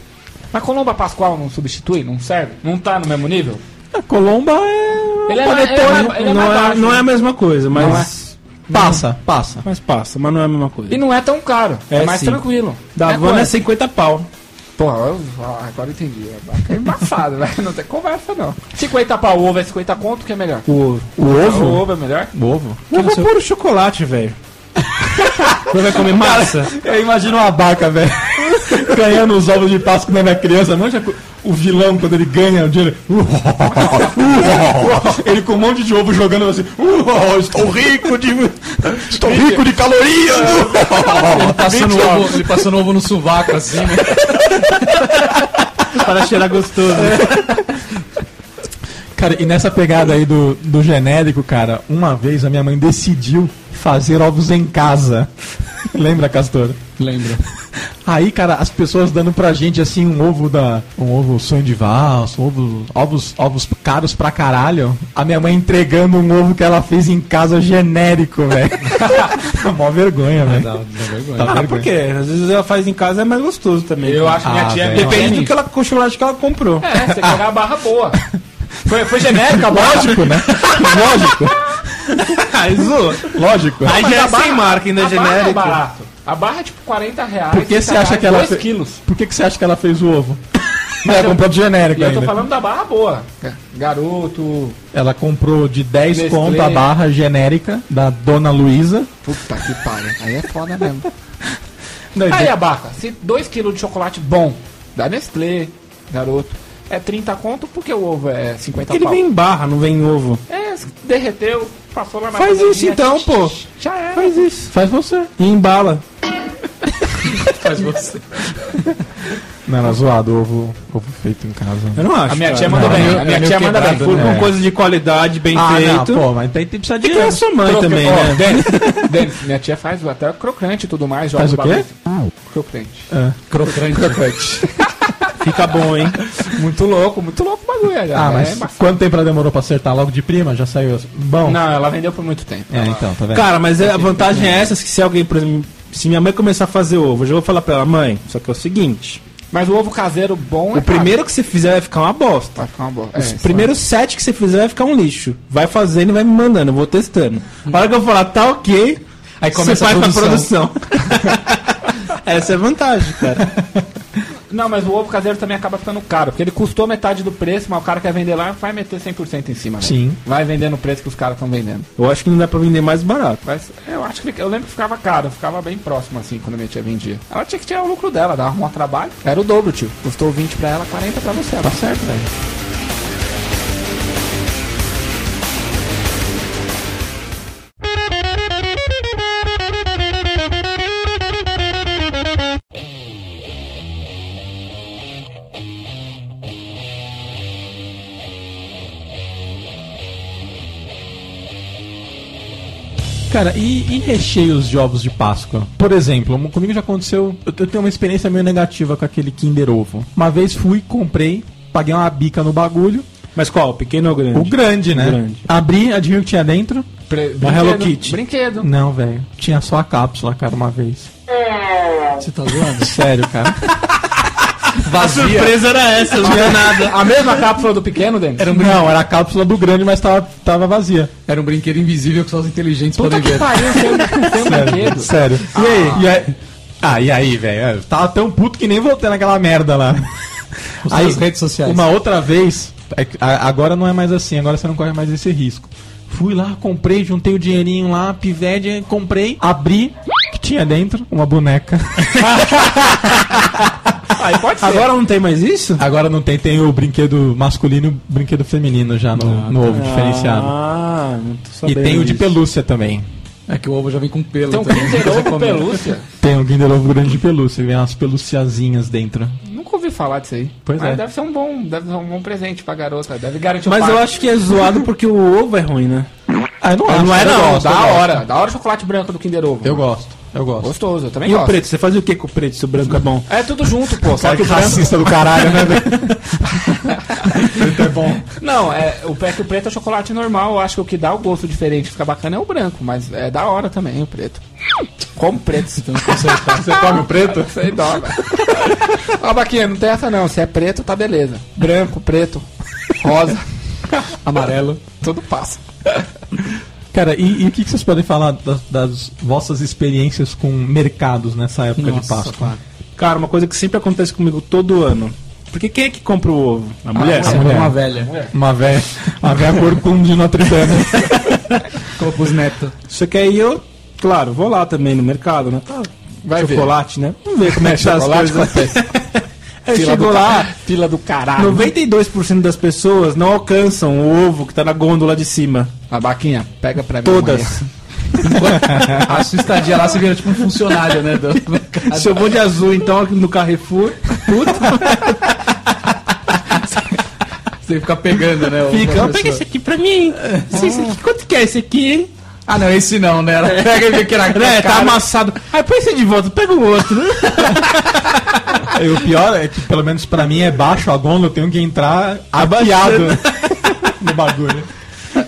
[SPEAKER 3] Mas Colomba Pascoal não substitui? Não serve? Não tá no mesmo nível?
[SPEAKER 2] A Colomba é.
[SPEAKER 3] Ele é mais- ele é mais- ele é
[SPEAKER 4] não,
[SPEAKER 3] mais
[SPEAKER 4] é,
[SPEAKER 3] baixo,
[SPEAKER 4] não
[SPEAKER 3] né?
[SPEAKER 4] é a mesma coisa,
[SPEAKER 2] é.
[SPEAKER 4] mas. é.
[SPEAKER 2] Passa, passa.
[SPEAKER 4] Mas passa, mas não é a mesma coisa.
[SPEAKER 3] E não é tão caro. É,
[SPEAKER 4] É,
[SPEAKER 3] mais
[SPEAKER 4] sim.
[SPEAKER 3] tranquilo.
[SPEAKER 4] Da
[SPEAKER 3] é
[SPEAKER 4] Havana é
[SPEAKER 3] quanto?
[SPEAKER 4] 50 pau.
[SPEAKER 3] Porra, eu- ah, agora eu entendi. É embaçado, velho. Não tem conversa, não. 50 pau ovo é 50 conto, que é melhor?
[SPEAKER 4] O ovo. O
[SPEAKER 3] O
[SPEAKER 4] ovo?
[SPEAKER 3] ovo é melhor?
[SPEAKER 2] O ovo.
[SPEAKER 4] O ovo é puro chocolate, velho. Você vai comer massa?
[SPEAKER 2] Eu imagino uma vaca, velho, ganhando os ovos de Páscoa quando era criança. Manja co- o vilão quando ele ganha o dinheiro. ele com um monte de ovo jogando assim. estou rico de. Estou rico de calorias!
[SPEAKER 5] Ele passando, ovo, ele passando ovo no sovaco assim, né?
[SPEAKER 4] Para cheirar gostoso.
[SPEAKER 2] Cara, e nessa pegada aí do, do genérico, cara, uma vez a minha mãe decidiu fazer ovos em casa. Lembra, Castor?
[SPEAKER 5] Lembra?
[SPEAKER 2] Aí, cara, as pessoas dando pra gente assim um ovo da. Um ovo sonho de valsa, um ovo, ovos, ovos caros pra caralho. A minha mãe entregando um ovo que ela fez em casa genérico, velho. Mó vergonha, velho. Tá
[SPEAKER 4] Ah,
[SPEAKER 2] vergonha.
[SPEAKER 4] por quê? Às vezes ela faz em casa, é mais gostoso também.
[SPEAKER 3] Eu acho que minha
[SPEAKER 2] Ah,
[SPEAKER 3] tia é
[SPEAKER 2] velho.
[SPEAKER 4] Depende do
[SPEAKER 3] pequenininha.
[SPEAKER 4] que ela, com o chocolate que ela comprou.
[SPEAKER 3] É, você pegar a barra boa. Foi, foi genérica, lógico.
[SPEAKER 2] Lógico, né? Lógico,
[SPEAKER 4] Aí zoa.
[SPEAKER 2] lógico.
[SPEAKER 4] Aí já é sem marca, ainda é
[SPEAKER 3] A barra é
[SPEAKER 4] genérico.
[SPEAKER 3] barato. A barra é tipo 40 reais.
[SPEAKER 2] Por que
[SPEAKER 3] 30
[SPEAKER 2] você acha
[SPEAKER 3] reais,
[SPEAKER 2] que ela.
[SPEAKER 3] 2
[SPEAKER 2] fe-
[SPEAKER 3] quilos.
[SPEAKER 2] Por que que você acha que ela fez o ovo? Ela comprou de genérico
[SPEAKER 3] E eu tô
[SPEAKER 2] ainda.
[SPEAKER 3] falando da barra boa. Garoto.
[SPEAKER 2] Ela comprou de 10
[SPEAKER 3] Nestlé.
[SPEAKER 2] conto a barra genérica da Dona Luísa.
[SPEAKER 3] Puta que pariu. Aí é foda mesmo.
[SPEAKER 2] Não, e
[SPEAKER 3] Aí
[SPEAKER 2] de-
[SPEAKER 3] a barra, se 2kg de chocolate bom, da Nestlé, garoto, é 30 conto, porque o ovo é 50
[SPEAKER 4] Porque ele
[SPEAKER 3] pau.
[SPEAKER 4] vem em barra, não vem em ovo.
[SPEAKER 3] É, derreteu, passou lá na
[SPEAKER 4] Faz isso
[SPEAKER 3] bandejinha,
[SPEAKER 4] então,
[SPEAKER 3] tch,
[SPEAKER 4] pô.
[SPEAKER 3] tch, Já era.
[SPEAKER 4] Faz isso.
[SPEAKER 2] Faz você.
[SPEAKER 4] E embala.
[SPEAKER 5] Faz você.
[SPEAKER 2] Não, era zoado o ovo, ovo feito em casa.
[SPEAKER 4] Eu não acho.
[SPEAKER 3] A minha
[SPEAKER 4] cara.
[SPEAKER 3] tia
[SPEAKER 4] Não. É.
[SPEAKER 3] manda
[SPEAKER 2] Não,
[SPEAKER 3] bem,
[SPEAKER 2] é
[SPEAKER 3] a minha
[SPEAKER 2] meio
[SPEAKER 3] tia manda bem.
[SPEAKER 2] quebrado,
[SPEAKER 4] Por
[SPEAKER 2] né?
[SPEAKER 4] com coisa de qualidade, bem feito.
[SPEAKER 2] pô, mas tem, tem precisa de
[SPEAKER 4] E que é a sua mãe
[SPEAKER 3] Croca-
[SPEAKER 4] também,
[SPEAKER 3] ó,
[SPEAKER 4] né?
[SPEAKER 3] Denis, Denis, minha tia faz até crocante e tudo mais. joga
[SPEAKER 2] Faz
[SPEAKER 3] no
[SPEAKER 2] o quê? É.
[SPEAKER 3] bagulho. Crocante.
[SPEAKER 5] Crocante.
[SPEAKER 4] Fica bom, hein?
[SPEAKER 3] Muito louco, muito louco o bagulho.
[SPEAKER 2] Ah,
[SPEAKER 3] é
[SPEAKER 2] mas
[SPEAKER 3] embaçado.
[SPEAKER 2] quanto tempo ela demorou pra acertar logo de prima? Já saiu. as- Bom.
[SPEAKER 3] Não, ela vendeu por muito tempo.
[SPEAKER 2] É, então, tá vendo?
[SPEAKER 4] Cara, mas é- a vantagem é essa, que se alguém, por exemplo, se minha mãe começar a fazer ovo, eu já vou falar pra ela, mãe, só que é o seguinte,
[SPEAKER 3] Mas o ovo caseiro bom é
[SPEAKER 4] o primeiro que você fizer vai ficar uma bosta.
[SPEAKER 3] Vai ficar uma boa. É,
[SPEAKER 4] Os
[SPEAKER 3] isso
[SPEAKER 4] primeiros sete que você fizer vai ficar um lixo. Vai fazendo e vai me mandando, eu vou testando. A hora que eu falar, tá ok,
[SPEAKER 5] Aí começa
[SPEAKER 4] você
[SPEAKER 5] a
[SPEAKER 4] vai pra
[SPEAKER 5] produção.
[SPEAKER 4] produção. essa é a vantagem, cara.
[SPEAKER 3] Não, mas o ovo caseiro também acaba ficando caro, porque ele custou metade do preço, mas o cara quer vender lá, vai meter 100% em cima. né?
[SPEAKER 2] Sim.
[SPEAKER 3] Vai vendendo o preço que os caras estão vendendo.
[SPEAKER 4] Eu acho que não dá pra vender mais barato.
[SPEAKER 3] Mas eu acho que fica- eu lembro que ficava caro, ficava bem próximo assim quando minha tia vendia. Ela tinha que tirar o lucro dela, dar um trabalho. Era o dobro, tio. Custou 20 pra ela, 40 pra você. Tá certo, velho.
[SPEAKER 2] Cara, e, e recheios de ovos de Páscoa? Por exemplo, um- comigo já aconteceu. Eu, eu tenho uma experiência meio negativa com aquele Kinder Ovo. Uma vez fui, comprei, paguei uma bica no bagulho.
[SPEAKER 4] Mas qual, pequeno ou grande?
[SPEAKER 2] O grande, né?
[SPEAKER 4] grande.
[SPEAKER 2] Abri, adivinha o que tinha dentro?
[SPEAKER 3] Pre-
[SPEAKER 4] Uma Hello Kitty.
[SPEAKER 3] Brinquedo.
[SPEAKER 2] Não, velho. Tinha só a cápsula, cara, uma vez.
[SPEAKER 5] Você tá zoando?
[SPEAKER 2] Sério, cara.
[SPEAKER 5] Vazia.
[SPEAKER 4] era essa, não tinha nada.
[SPEAKER 3] A mesma cápsula do pequeno, Denis?
[SPEAKER 5] Era um, brin-
[SPEAKER 2] Não, era a cápsula do grande, mas tava, tava vazia.
[SPEAKER 5] era um brinquedo invisível que só os inteligentes
[SPEAKER 3] Puta
[SPEAKER 5] podem
[SPEAKER 3] que
[SPEAKER 5] ver.
[SPEAKER 3] pariu, tem um- tem um
[SPEAKER 2] Sério.
[SPEAKER 3] brinquedo.
[SPEAKER 2] sério. E aí? E aí? Ah, e aí, velho? Eu Tava tão puto que nem voltei naquela merda lá.
[SPEAKER 5] Os nas redes sociais.
[SPEAKER 2] Uma outra vez, é que a- agora não é mais assim, agora você não corre mais esse risco. Fui lá, comprei, juntei o dinheirinho lá, pivete, comprei, abri, o que tinha dentro? Uma boneca.
[SPEAKER 3] Aí pode ser.
[SPEAKER 4] Agora não tem mais isso?
[SPEAKER 2] Agora não tem, tem o brinquedo masculino e o brinquedo feminino já no, no ovo diferenciado.
[SPEAKER 4] tá. Ah, não tô
[SPEAKER 2] E
[SPEAKER 4] sabendo.
[SPEAKER 2] tem o de
[SPEAKER 4] disso.
[SPEAKER 2] pelúcia também.
[SPEAKER 5] É que o ovo já vem com pelo.
[SPEAKER 3] Tem um
[SPEAKER 4] Então, é.
[SPEAKER 5] também,
[SPEAKER 3] Kinder
[SPEAKER 5] você
[SPEAKER 3] Ovo
[SPEAKER 5] come.
[SPEAKER 3] pelúcia.
[SPEAKER 2] Tem o Kinder Ovo grande de pelúcia, vem umas peluciazinhas dentro.
[SPEAKER 3] Nunca ouvi falar disso aí.
[SPEAKER 2] Pois
[SPEAKER 3] Mas
[SPEAKER 2] é.
[SPEAKER 3] Deve ser um bom, deve ser um bom presente pra garota. Deve garantir o
[SPEAKER 4] Mas
[SPEAKER 3] parto.
[SPEAKER 4] eu acho que é zoado porque o ovo é ruim, né?
[SPEAKER 2] Ah, eu não,
[SPEAKER 4] não é
[SPEAKER 2] eu
[SPEAKER 4] não,
[SPEAKER 2] gosto,
[SPEAKER 3] da
[SPEAKER 2] eu gosto.
[SPEAKER 3] hora. Da hora o chocolate branco do Kinder Ovo.
[SPEAKER 2] Eu gosto, eu gosto.
[SPEAKER 3] Gostoso, eu também
[SPEAKER 4] E o
[SPEAKER 3] gosto.
[SPEAKER 4] preto? Você fazia o que com o preto se o branco é bom?
[SPEAKER 3] É tudo junto, pô. Só
[SPEAKER 2] Cara,
[SPEAKER 3] que
[SPEAKER 2] que
[SPEAKER 3] o branco...
[SPEAKER 2] racista do caralho, né, velho? Preto é bom.
[SPEAKER 3] Não, é, o, é que o preto é chocolate normal. Eu acho que o que dá o gosto diferente, fica bacana, é o branco. Mas é da hora também o preto. Como preto, se tu não
[SPEAKER 2] Você come o preto?
[SPEAKER 3] Sem dó, velho. Ó, Baquinha, não tem essa não. Se é preto, tá beleza. Branco, preto, rosa, amarelo, tudo passa.
[SPEAKER 2] Cara, e, e o que que vocês podem falar das, das vossas experiências com mercados nessa época de Páscoa?
[SPEAKER 4] Cara, uma coisa que sempre acontece comigo todo ano. Porque quem é que compra o ovo? A mulher?
[SPEAKER 5] Você
[SPEAKER 2] A mulher.
[SPEAKER 5] come É uma velha.
[SPEAKER 2] Uma velha, uma velha
[SPEAKER 4] um
[SPEAKER 2] corcunda de Notre Dame.
[SPEAKER 5] Como pros netos.
[SPEAKER 4] Só que aí eu, claro, vou lá também no mercado, né? Tá,
[SPEAKER 3] Vai ver.
[SPEAKER 4] chocolate, né? Vamos ver como é que tá as
[SPEAKER 3] Chocolate
[SPEAKER 4] coisas. Aí
[SPEAKER 3] Fila
[SPEAKER 4] chegou
[SPEAKER 3] do
[SPEAKER 4] lá,
[SPEAKER 3] Fila do caralho.
[SPEAKER 4] 92% das pessoas não alcançam o ovo que tá na gôndola de cima.
[SPEAKER 3] A Baquinha, pega pra mim.
[SPEAKER 4] Todas. É.
[SPEAKER 5] A sua estadia lá, você vira tipo um funcionário, né? do- do mercado.
[SPEAKER 4] Se eu vou de azul, então, aqui no Carrefour,
[SPEAKER 5] Você fica pegando, né? o-
[SPEAKER 4] fica.
[SPEAKER 5] a
[SPEAKER 4] ó, Pega
[SPEAKER 5] pessoa.
[SPEAKER 4] esse aqui pra mim. Esse- esse aqui, quanto que é esse aqui, hein?
[SPEAKER 5] Ah, não, esse não, né? Ela pega e vê que era
[SPEAKER 4] É, tá amassado. Aí põe esse de volta, pega o outro.
[SPEAKER 2] E o pior é que, pelo menos pra mim, é baixo a gôndola, eu tenho que entrar abaixado no bagulho.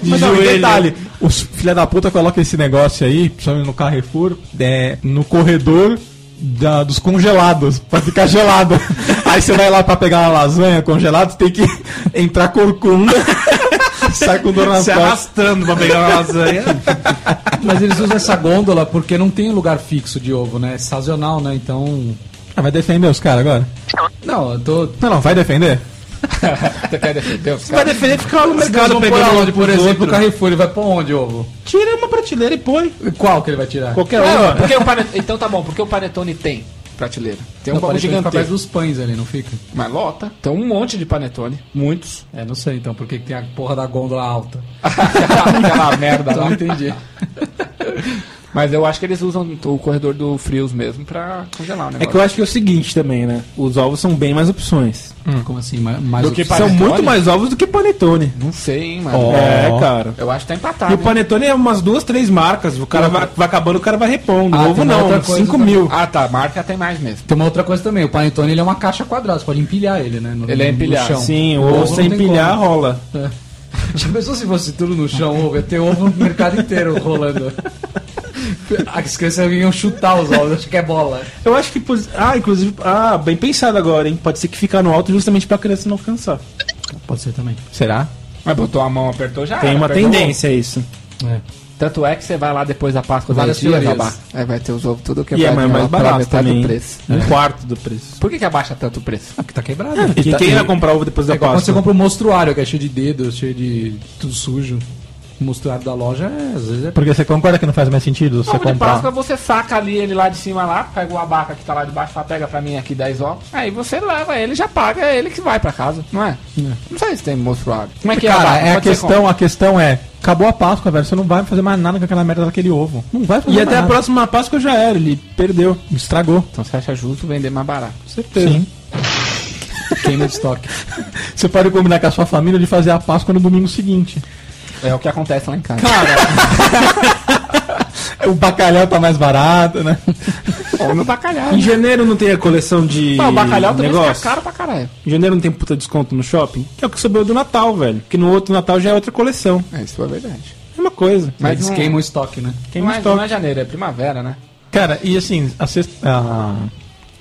[SPEAKER 2] De
[SPEAKER 4] Mas, ó,
[SPEAKER 2] joelho.
[SPEAKER 4] detalhe,
[SPEAKER 2] os filha da puta colocam esse negócio aí, principalmente no Carrefour, é, no corredor da- dos congelados, pra ficar gelado. Aí você vai lá pra pegar uma lasanha congelada, você tem que entrar corcunda, sai com dor nas
[SPEAKER 4] Se
[SPEAKER 2] costas.
[SPEAKER 4] arrastando pra pegar uma lasanha.
[SPEAKER 5] Mas eles usam essa gôndola porque não tem lugar fixo de ovo, né? É sazonal, né? Então.
[SPEAKER 2] Ah, vai defender os caras agora?
[SPEAKER 5] Não, eu tô.
[SPEAKER 2] Não, não, vai defender?
[SPEAKER 3] Você quer defender os
[SPEAKER 4] Vai
[SPEAKER 3] caras?
[SPEAKER 4] defender ficar lá no mercado
[SPEAKER 5] Caso por
[SPEAKER 4] pegando um
[SPEAKER 5] onde,
[SPEAKER 4] ovo
[SPEAKER 5] por
[SPEAKER 4] pros
[SPEAKER 5] exemplo, o
[SPEAKER 4] outros.
[SPEAKER 5] Carrefour, ele vai pôr onde ovo?
[SPEAKER 4] Tira uma prateleira e põe.
[SPEAKER 5] Qual que ele vai tirar?
[SPEAKER 4] Qualquer
[SPEAKER 3] É, ó,
[SPEAKER 4] uma.
[SPEAKER 3] porque o pane- Então tá bom, porque o Panetone tem prateleira. Tem um
[SPEAKER 5] Não,
[SPEAKER 3] bagulho
[SPEAKER 5] parece que ele fica atrás
[SPEAKER 3] gigantesco.
[SPEAKER 5] dos pães ali, não fica?
[SPEAKER 3] Mas lota. Tem um monte de Panetone. Muitos.
[SPEAKER 5] É, não sei então por que que tem a porra da gôndola alta.
[SPEAKER 3] Aquela merda
[SPEAKER 5] Então
[SPEAKER 3] lá. né?
[SPEAKER 5] não entendi.
[SPEAKER 3] Mas eu acho que eles usam o corredor do Frios mesmo pra congelar o
[SPEAKER 4] É
[SPEAKER 3] negócio.
[SPEAKER 4] que eu acho que é o seguinte também, né? Os ovos são bem mais opções.
[SPEAKER 5] Como assim? ma- Mais
[SPEAKER 3] Do que
[SPEAKER 5] opção?
[SPEAKER 4] São
[SPEAKER 3] Panetone?
[SPEAKER 4] muito mais ovos do que panetone.
[SPEAKER 3] Não sei, hein, mano.
[SPEAKER 2] Ó.
[SPEAKER 4] É, cara.
[SPEAKER 3] Eu acho que tá
[SPEAKER 4] E
[SPEAKER 3] empatado.
[SPEAKER 4] o
[SPEAKER 3] hein?
[SPEAKER 4] panetone é umas duas, três marcas. O cara vai, vai acabando, o cara vai repondo.
[SPEAKER 5] Ah,
[SPEAKER 4] ovo
[SPEAKER 5] tem
[SPEAKER 4] não,
[SPEAKER 5] outra coisa
[SPEAKER 4] cinco
[SPEAKER 5] também.
[SPEAKER 4] mil.
[SPEAKER 3] Ah, tá. Marca tem mais mesmo.
[SPEAKER 5] Tem uma outra coisa também, o panetone ele é uma caixa quadrada, você pode empilhar ele, né? no-
[SPEAKER 3] Ele é
[SPEAKER 5] no- no
[SPEAKER 3] empilhado.
[SPEAKER 5] chão.
[SPEAKER 4] Sim, o
[SPEAKER 5] Ovo
[SPEAKER 4] ovo
[SPEAKER 5] não
[SPEAKER 4] sem
[SPEAKER 5] tem
[SPEAKER 4] pilhar
[SPEAKER 5] como.
[SPEAKER 4] rola.
[SPEAKER 5] É. Já pensou se fosse tudo no chão, ovo? Ia ter ovo no mercado inteiro rolando. Ah, As crianças iam chutar os ovos, acho que é bola.
[SPEAKER 4] Eu acho que. pos- Ah, inclusive. Ah, bem pensado agora, hein? Pode ser que ficar no alto justamente pra criança não alcançar.
[SPEAKER 5] Pode ser também.
[SPEAKER 2] Será?
[SPEAKER 3] Mas botou a mão, apertou já.
[SPEAKER 4] Tem
[SPEAKER 3] era,
[SPEAKER 4] uma
[SPEAKER 3] perdeu.
[SPEAKER 4] tendência a isso.
[SPEAKER 3] Tanto é que você vai lá depois da Páscoa
[SPEAKER 5] Várias
[SPEAKER 3] várias dias,
[SPEAKER 5] teorias.
[SPEAKER 3] abaixo. Aí vai ter os ovos tudo
[SPEAKER 4] E é
[SPEAKER 3] quebrado.
[SPEAKER 4] mais, mais barato também.
[SPEAKER 3] do preço.
[SPEAKER 4] Um quarto do preço.
[SPEAKER 3] Por que, que abaixa tanto o preço?
[SPEAKER 5] Ah, porque tá quebrado.
[SPEAKER 4] E
[SPEAKER 2] tá-
[SPEAKER 4] quem
[SPEAKER 2] e-
[SPEAKER 4] vai comprar ovo depois da
[SPEAKER 5] É igual quando você
[SPEAKER 4] Páscoa?
[SPEAKER 5] compra um mostruário, que é cheio de dedos, cheio de tudo sujo. O mostruário da loja, é, às vezes, é...
[SPEAKER 2] Porque você concorda que não faz mais sentido você
[SPEAKER 3] Ovo de
[SPEAKER 2] comprar...
[SPEAKER 3] Páscoa, você saca ali ele lá de cima lá, pega o abaca que tá lá de baixo, fala, pega pra mim aqui 10 ovos. Aí você leva ele, já paga, é ele que vai pra casa, não é? Não sei se tem mostruário. Como é que é
[SPEAKER 2] Cara,
[SPEAKER 3] abaca?
[SPEAKER 2] é a
[SPEAKER 3] Pode ser como?
[SPEAKER 2] questão, a questão é, acabou a Páscoa, velho, você não vai fazer mais nada com aquela merda daquele ovo. Não vai fazer
[SPEAKER 4] E
[SPEAKER 2] mais
[SPEAKER 4] até a
[SPEAKER 2] nada.
[SPEAKER 4] próxima Páscoa já era, ele perdeu.
[SPEAKER 2] Estragou.
[SPEAKER 3] Então você acha justo vender mais barato.
[SPEAKER 4] Certeza.
[SPEAKER 2] Sim.
[SPEAKER 5] queima de estoque.
[SPEAKER 2] Você pode combinar com a sua família de fazer a Páscoa no domingo seguinte.
[SPEAKER 3] É o que acontece lá em casa.
[SPEAKER 2] O bacalhau tá mais barato, né?
[SPEAKER 3] Ou no bacalhau.
[SPEAKER 4] Em janeiro não tem a coleção de
[SPEAKER 3] Não, o bacalhau também fica
[SPEAKER 4] negócio?
[SPEAKER 3] caro pra caralho.
[SPEAKER 4] Em janeiro não tem puta desconto no shopping? Que é o que sobrou do Natal, velho. Que no outro Natal já é outra coleção.
[SPEAKER 3] É, isso é verdade.
[SPEAKER 4] Mesma coisa.
[SPEAKER 3] Mas
[SPEAKER 5] Eles
[SPEAKER 3] não-
[SPEAKER 5] queimam o estoque, né?
[SPEAKER 4] Tem
[SPEAKER 3] não,
[SPEAKER 4] um
[SPEAKER 3] é,
[SPEAKER 4] estoque.
[SPEAKER 3] não é janeiro, é primavera, né?
[SPEAKER 2] Cara, e assim, a sexta- a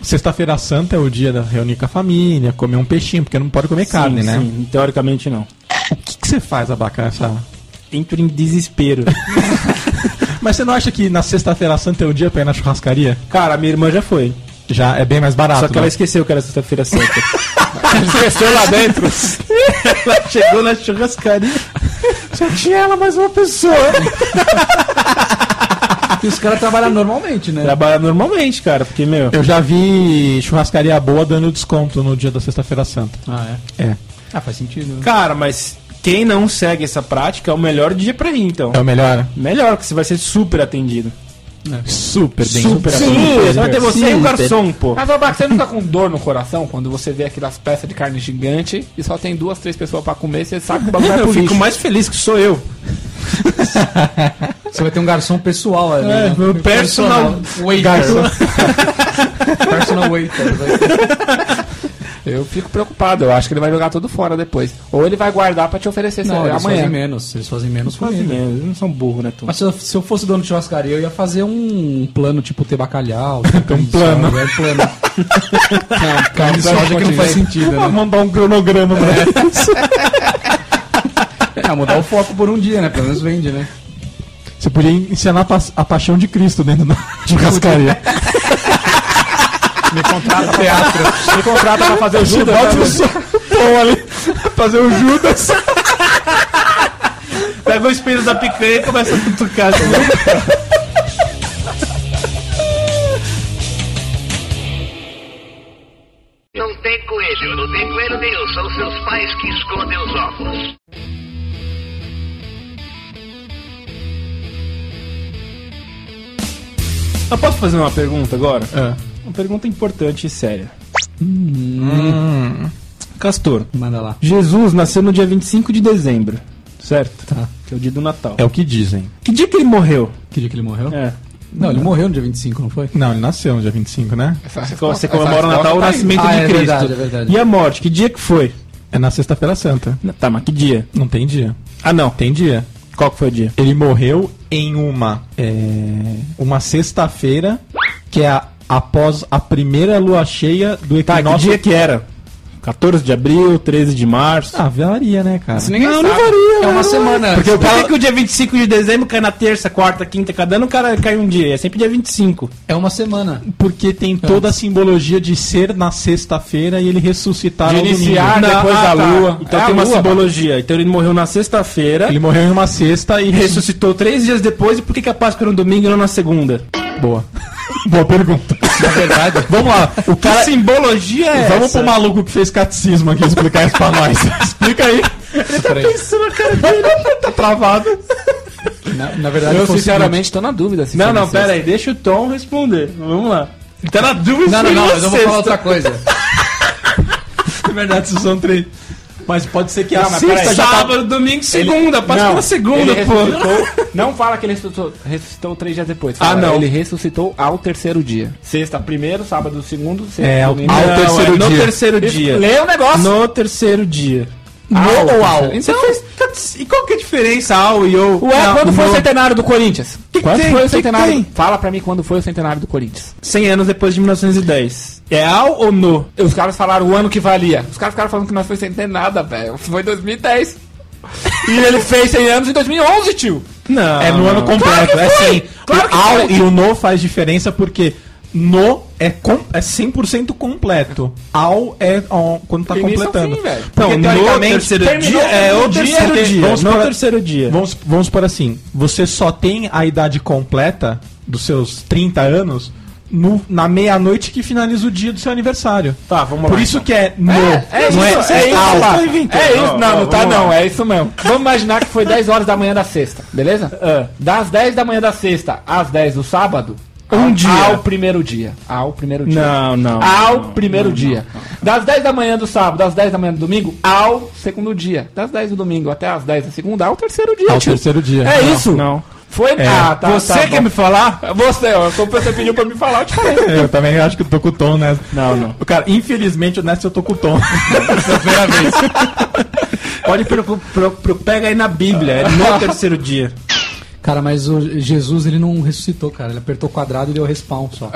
[SPEAKER 2] sexta-feira santa é o dia da reunir com a família, comer um peixinho, porque não pode comer carne,
[SPEAKER 4] sim,
[SPEAKER 2] né?
[SPEAKER 4] sim, teoricamente não.
[SPEAKER 2] O que, que você faz, abacar essa...
[SPEAKER 4] Entro em desespero.
[SPEAKER 2] Mas você não acha que na sexta-feira santa é o dia pra ir na churrascaria?
[SPEAKER 4] Cara, minha irmã já foi.
[SPEAKER 2] Já é bem mais barato,
[SPEAKER 4] só que ela
[SPEAKER 2] né?
[SPEAKER 4] esqueceu que era sexta-feira santa. esqueceu lá dentro. ela chegou na churrascaria. Só tinha ela mais uma pessoa.
[SPEAKER 5] E os caras trabalham normalmente, né?
[SPEAKER 4] Trabalha normalmente, cara, porque, meu.
[SPEAKER 2] Eu já vi churrascaria boa dando desconto no dia da Sexta-feira Santa.
[SPEAKER 5] Ah,
[SPEAKER 2] É.
[SPEAKER 5] Ah, faz sentido. né?
[SPEAKER 4] Cara, mas quem não segue essa prática é o melhor dia pra ir, então.
[SPEAKER 2] É o melhor?
[SPEAKER 4] Melhor, que você vai ser super atendido.
[SPEAKER 2] Super bem.
[SPEAKER 4] Super atendido. Vai ter você e o garçom, pô.
[SPEAKER 3] Mas, Albac, você não fica com dor no coração quando você vê aquelas peças de carne gigante e só tem duas, três pessoas pra comer, você sabe que o bagulho vai
[SPEAKER 4] É, Eu
[SPEAKER 3] pro
[SPEAKER 4] fico
[SPEAKER 3] lixo.
[SPEAKER 4] mais feliz que sou eu.
[SPEAKER 5] Você vai ter um garçom pessoal ali. né?
[SPEAKER 4] meu personal
[SPEAKER 5] waiter. personal waiter. vai ter.
[SPEAKER 3] Eu fico preocupado, eu acho que ele vai jogar tudo fora depois. Ou ele vai guardar pra te oferecer sei
[SPEAKER 5] Não,
[SPEAKER 3] lá,
[SPEAKER 5] eles fazem
[SPEAKER 3] amanhã.
[SPEAKER 5] menos. Eles fazem menos
[SPEAKER 4] Quase
[SPEAKER 5] comida.
[SPEAKER 4] menos, eles não são burros, né, tu?
[SPEAKER 5] Mas se eu, se eu fosse dono de churrascaria, eu ia fazer um plano, tipo, ter bacalhau. Ter um
[SPEAKER 2] plano.
[SPEAKER 5] É um plano. não, carne de soja que não faz sentido,
[SPEAKER 2] Vou
[SPEAKER 4] Ah,
[SPEAKER 5] né?
[SPEAKER 2] mandar um cronograma pra ele.
[SPEAKER 5] É, mudar o foco por um dia, né? Pelo menos vende, né?
[SPEAKER 2] Você podia ensinar a, pa- a paixão de Cristo dentro da churrascaria.
[SPEAKER 3] Me contrata teatro. Me contrata pra fazer o Judas.
[SPEAKER 2] Bota
[SPEAKER 4] um
[SPEAKER 3] né,
[SPEAKER 2] o som bom ali. Fazer o Judas.
[SPEAKER 4] Pega o espelho da picanha e começa a cutucar.
[SPEAKER 7] Não tem coelho, não tem coelho nenhum. São seus pais que escondem os ovos.
[SPEAKER 4] Eu posso fazer uma pergunta agora? Uma pergunta importante e séria. Castor,
[SPEAKER 5] Manda lá.
[SPEAKER 4] Hum. Jesus nasceu no dia 25 de dezembro, certo?
[SPEAKER 5] Tá.
[SPEAKER 4] Que é o dia do Natal.
[SPEAKER 2] É o que dizem.
[SPEAKER 4] Que dia que ele morreu?
[SPEAKER 5] Que dia que ele morreu?
[SPEAKER 4] É.
[SPEAKER 5] Não, ele morreu no dia 25, não foi?
[SPEAKER 2] Não, ele nasceu no dia 25, né?
[SPEAKER 3] Essa
[SPEAKER 4] Você
[SPEAKER 3] resposta-
[SPEAKER 4] comemora o
[SPEAKER 3] essa
[SPEAKER 4] Natal,
[SPEAKER 3] resposta
[SPEAKER 4] o
[SPEAKER 3] tá
[SPEAKER 4] nascimento
[SPEAKER 5] Ah,
[SPEAKER 4] de
[SPEAKER 5] é
[SPEAKER 4] Cristo.
[SPEAKER 5] verdade, é verdade.
[SPEAKER 4] E a morte, que dia que foi?
[SPEAKER 2] É na Sexta-feira Santa.
[SPEAKER 4] Tá, mas que dia?
[SPEAKER 2] Não tem dia.
[SPEAKER 4] Ah, não.
[SPEAKER 2] Tem dia.
[SPEAKER 4] Qual que foi o dia?
[SPEAKER 2] Ele morreu em uma é, uma sexta-feira que é a- após a primeira lua cheia do
[SPEAKER 4] Tá,
[SPEAKER 2] equinócio.
[SPEAKER 4] que dia que era? 14 de abril, 13 de março.
[SPEAKER 2] Ah, varia, né, cara?
[SPEAKER 5] ninguém não, não varia. É uma semana.
[SPEAKER 4] Porque o cara que o dia 25 de dezembro cai na terça, quarta, quinta, cada ano o cara cai um dia. É sempre dia 25.
[SPEAKER 5] É uma semana.
[SPEAKER 2] Porque tem toda a simbologia de ser na sexta-feira e ele ressuscitar
[SPEAKER 3] De
[SPEAKER 2] ao domingo.
[SPEAKER 3] iniciar,
[SPEAKER 2] Não, ah,
[SPEAKER 3] depois da
[SPEAKER 4] um tá.
[SPEAKER 3] lua.
[SPEAKER 4] Então
[SPEAKER 3] É a
[SPEAKER 4] tem uma
[SPEAKER 3] lua,
[SPEAKER 4] simbologia. Então ele morreu na sexta-feira,
[SPEAKER 2] Ele morreu em uma sexta e ressuscitou.
[SPEAKER 4] ressuscitou três dias depois. E por que, que a Páscoa era no domingo e não na segunda?
[SPEAKER 2] Boa. Boa pergunta.
[SPEAKER 5] Na verdade.
[SPEAKER 2] Vamos lá. O cara...
[SPEAKER 4] Que simbologia é
[SPEAKER 2] Vamos
[SPEAKER 4] essa?
[SPEAKER 2] pro maluco que fez catecismo aqui explicar isso pra nós. Explica aí.
[SPEAKER 4] Tá travado.
[SPEAKER 5] na, na verdade,
[SPEAKER 3] Eu,
[SPEAKER 5] foi o
[SPEAKER 3] sinceramente, tô na dúvida. Se
[SPEAKER 4] Não,
[SPEAKER 3] foi na
[SPEAKER 4] não,
[SPEAKER 3] sexta.
[SPEAKER 4] pera aí. Deixa o Tom responder. Vamos lá. Ele tá na dúvida
[SPEAKER 5] seguinte. Não, não,
[SPEAKER 4] se
[SPEAKER 5] não,
[SPEAKER 4] foi
[SPEAKER 5] mas eu
[SPEAKER 4] na
[SPEAKER 5] vou falar
[SPEAKER 4] sexta.
[SPEAKER 5] outra coisa.
[SPEAKER 2] Na verdade, isso são três. Mas pode ser que a
[SPEAKER 3] Não, mas
[SPEAKER 2] sexta
[SPEAKER 3] peraí.
[SPEAKER 2] já tá
[SPEAKER 4] Sábado, domingo, segunda. Páscoa
[SPEAKER 3] Não,
[SPEAKER 4] na segunda,
[SPEAKER 3] ele
[SPEAKER 4] pô.
[SPEAKER 3] ressuscitou- Não fala que ele ressuscitou, ressuscitou três dias depois.
[SPEAKER 4] Ah,
[SPEAKER 3] Fala,
[SPEAKER 4] não.
[SPEAKER 3] Ele ressuscitou ao terceiro dia. Sexta, primeiro, sábado, segundo, sexta,
[SPEAKER 2] É, ao-
[SPEAKER 3] domingo.
[SPEAKER 2] ao
[SPEAKER 4] Não,
[SPEAKER 2] terceiro
[SPEAKER 4] é no
[SPEAKER 2] dia.
[SPEAKER 4] terceiro dia.
[SPEAKER 3] Lê o negócio.
[SPEAKER 4] No terceiro dia.
[SPEAKER 3] Ao,
[SPEAKER 4] ou
[SPEAKER 3] ao?
[SPEAKER 4] Então, e qual que é a diferença ao e ou?
[SPEAKER 2] é
[SPEAKER 3] Ué,
[SPEAKER 4] Não,
[SPEAKER 3] quando foi o
[SPEAKER 4] no-
[SPEAKER 3] centenário do Corinthians?
[SPEAKER 4] Que que
[SPEAKER 3] quando
[SPEAKER 4] tem?
[SPEAKER 3] foi o
[SPEAKER 4] Que que
[SPEAKER 3] centenário?
[SPEAKER 4] tem?
[SPEAKER 3] Fala pra mim quando foi o centenário do Corinthians.
[SPEAKER 4] 100 anos depois de 1910. É ao ou no?
[SPEAKER 3] Os caras falaram o ano que valia. Os caras ficaram falando que nós foi centenada, velho. Foi 2010. e ele fez 100 anos em 2011, tio.
[SPEAKER 4] Não.
[SPEAKER 2] É no ano completo,
[SPEAKER 3] Claro que
[SPEAKER 2] é
[SPEAKER 3] foi!
[SPEAKER 2] sim.
[SPEAKER 3] Claro que
[SPEAKER 2] o ao
[SPEAKER 3] foi!
[SPEAKER 2] e o no faz diferença porque no é, com, é 100% completo. Ao é ó, quando tá
[SPEAKER 3] Do início ao
[SPEAKER 2] completando.
[SPEAKER 3] fim, assim, velho.
[SPEAKER 2] Então,
[SPEAKER 4] Porque, teoricamente, terminou
[SPEAKER 2] dia, é
[SPEAKER 3] um
[SPEAKER 4] no
[SPEAKER 2] o
[SPEAKER 4] dia,
[SPEAKER 2] terceiro
[SPEAKER 4] porque-
[SPEAKER 2] dia.
[SPEAKER 4] vamos
[SPEAKER 2] no
[SPEAKER 3] é
[SPEAKER 4] supor-
[SPEAKER 2] assim, Vamos, vamos por assim, você só tem a idade completa dos seus 30 anos no- na meia-noite que finaliza o dia do seu aniversário.
[SPEAKER 4] Tá, vamos
[SPEAKER 2] Por
[SPEAKER 4] lá,
[SPEAKER 2] isso
[SPEAKER 4] então.
[SPEAKER 2] que é no.
[SPEAKER 3] É
[SPEAKER 2] não
[SPEAKER 3] isso, é, isso,
[SPEAKER 2] ao.
[SPEAKER 3] lá.
[SPEAKER 4] inventando.
[SPEAKER 3] É isso, não,
[SPEAKER 4] Ó,
[SPEAKER 3] não,
[SPEAKER 4] ó,
[SPEAKER 3] tá
[SPEAKER 4] vamos lá.
[SPEAKER 3] não, é isso mesmo. Vamos imaginar que foi 10 horas da manhã da sexta, beleza?
[SPEAKER 4] Ah.
[SPEAKER 3] Das 10 da manhã da sexta às 10 do sábado,
[SPEAKER 4] Um
[SPEAKER 3] ao-
[SPEAKER 4] dia.
[SPEAKER 3] Ao primeiro dia. Ao primeiro dia.
[SPEAKER 4] Não, não,
[SPEAKER 3] Ao
[SPEAKER 4] não,
[SPEAKER 3] primeiro dia. Das 10 da manhã do sábado às 10 da manhã do domingo, ao segundo dia. Das 10 do domingo até às 10 da segunda, ao terceiro dia.
[SPEAKER 2] Ao
[SPEAKER 3] tio.
[SPEAKER 2] terceiro dia.
[SPEAKER 3] É
[SPEAKER 4] Não,
[SPEAKER 3] isso?
[SPEAKER 4] não.
[SPEAKER 3] Foi. Ah, tá.
[SPEAKER 4] Você
[SPEAKER 3] tá
[SPEAKER 4] quer
[SPEAKER 3] bom.
[SPEAKER 4] me falar?
[SPEAKER 3] Você, ó, como você pediu pra me falar, tipo, eu te falei.
[SPEAKER 2] Eu também acho que eu tô com o tom nessa.
[SPEAKER 4] Não, não.
[SPEAKER 2] Cara, infelizmente nessa eu tô com o tom.
[SPEAKER 4] Primeira vez. Pode pro, pro- pro- pega aí na Bíblia, é no terceiro dia.
[SPEAKER 5] Cara, mas o Jesus, ele não ressuscitou, cara. Ele apertou o quadrado e deu respawn só.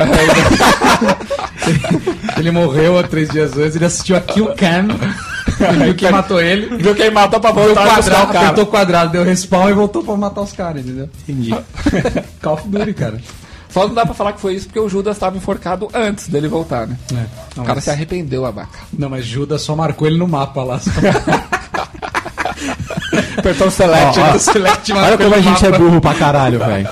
[SPEAKER 5] ele morreu há três dias antes, ele assistiu a Kill Cam, ele tá- viu quem matou ele.
[SPEAKER 3] Viu quem matou pra
[SPEAKER 5] Deu
[SPEAKER 3] voltar e buscar o
[SPEAKER 5] quadrado,
[SPEAKER 3] cara.
[SPEAKER 5] apertou o quadrado, deu respawn e voltou pra matar os caras, entendeu?
[SPEAKER 4] Entendi.
[SPEAKER 5] Call of Duty, cara.
[SPEAKER 3] Só não dá pra falar que foi isso porque o Judas tava enforcado antes dele voltar, né?
[SPEAKER 5] É. Não,
[SPEAKER 3] O cara
[SPEAKER 5] mas-
[SPEAKER 3] se arrependeu, abaca.
[SPEAKER 5] Hum. Não, mas Judas só marcou ele no mapa lá. só.
[SPEAKER 3] Apertou o select.
[SPEAKER 2] Ó, ó.
[SPEAKER 3] o select
[SPEAKER 2] Olha como a gente é burro pra
[SPEAKER 4] Tá,
[SPEAKER 2] caralho, velho.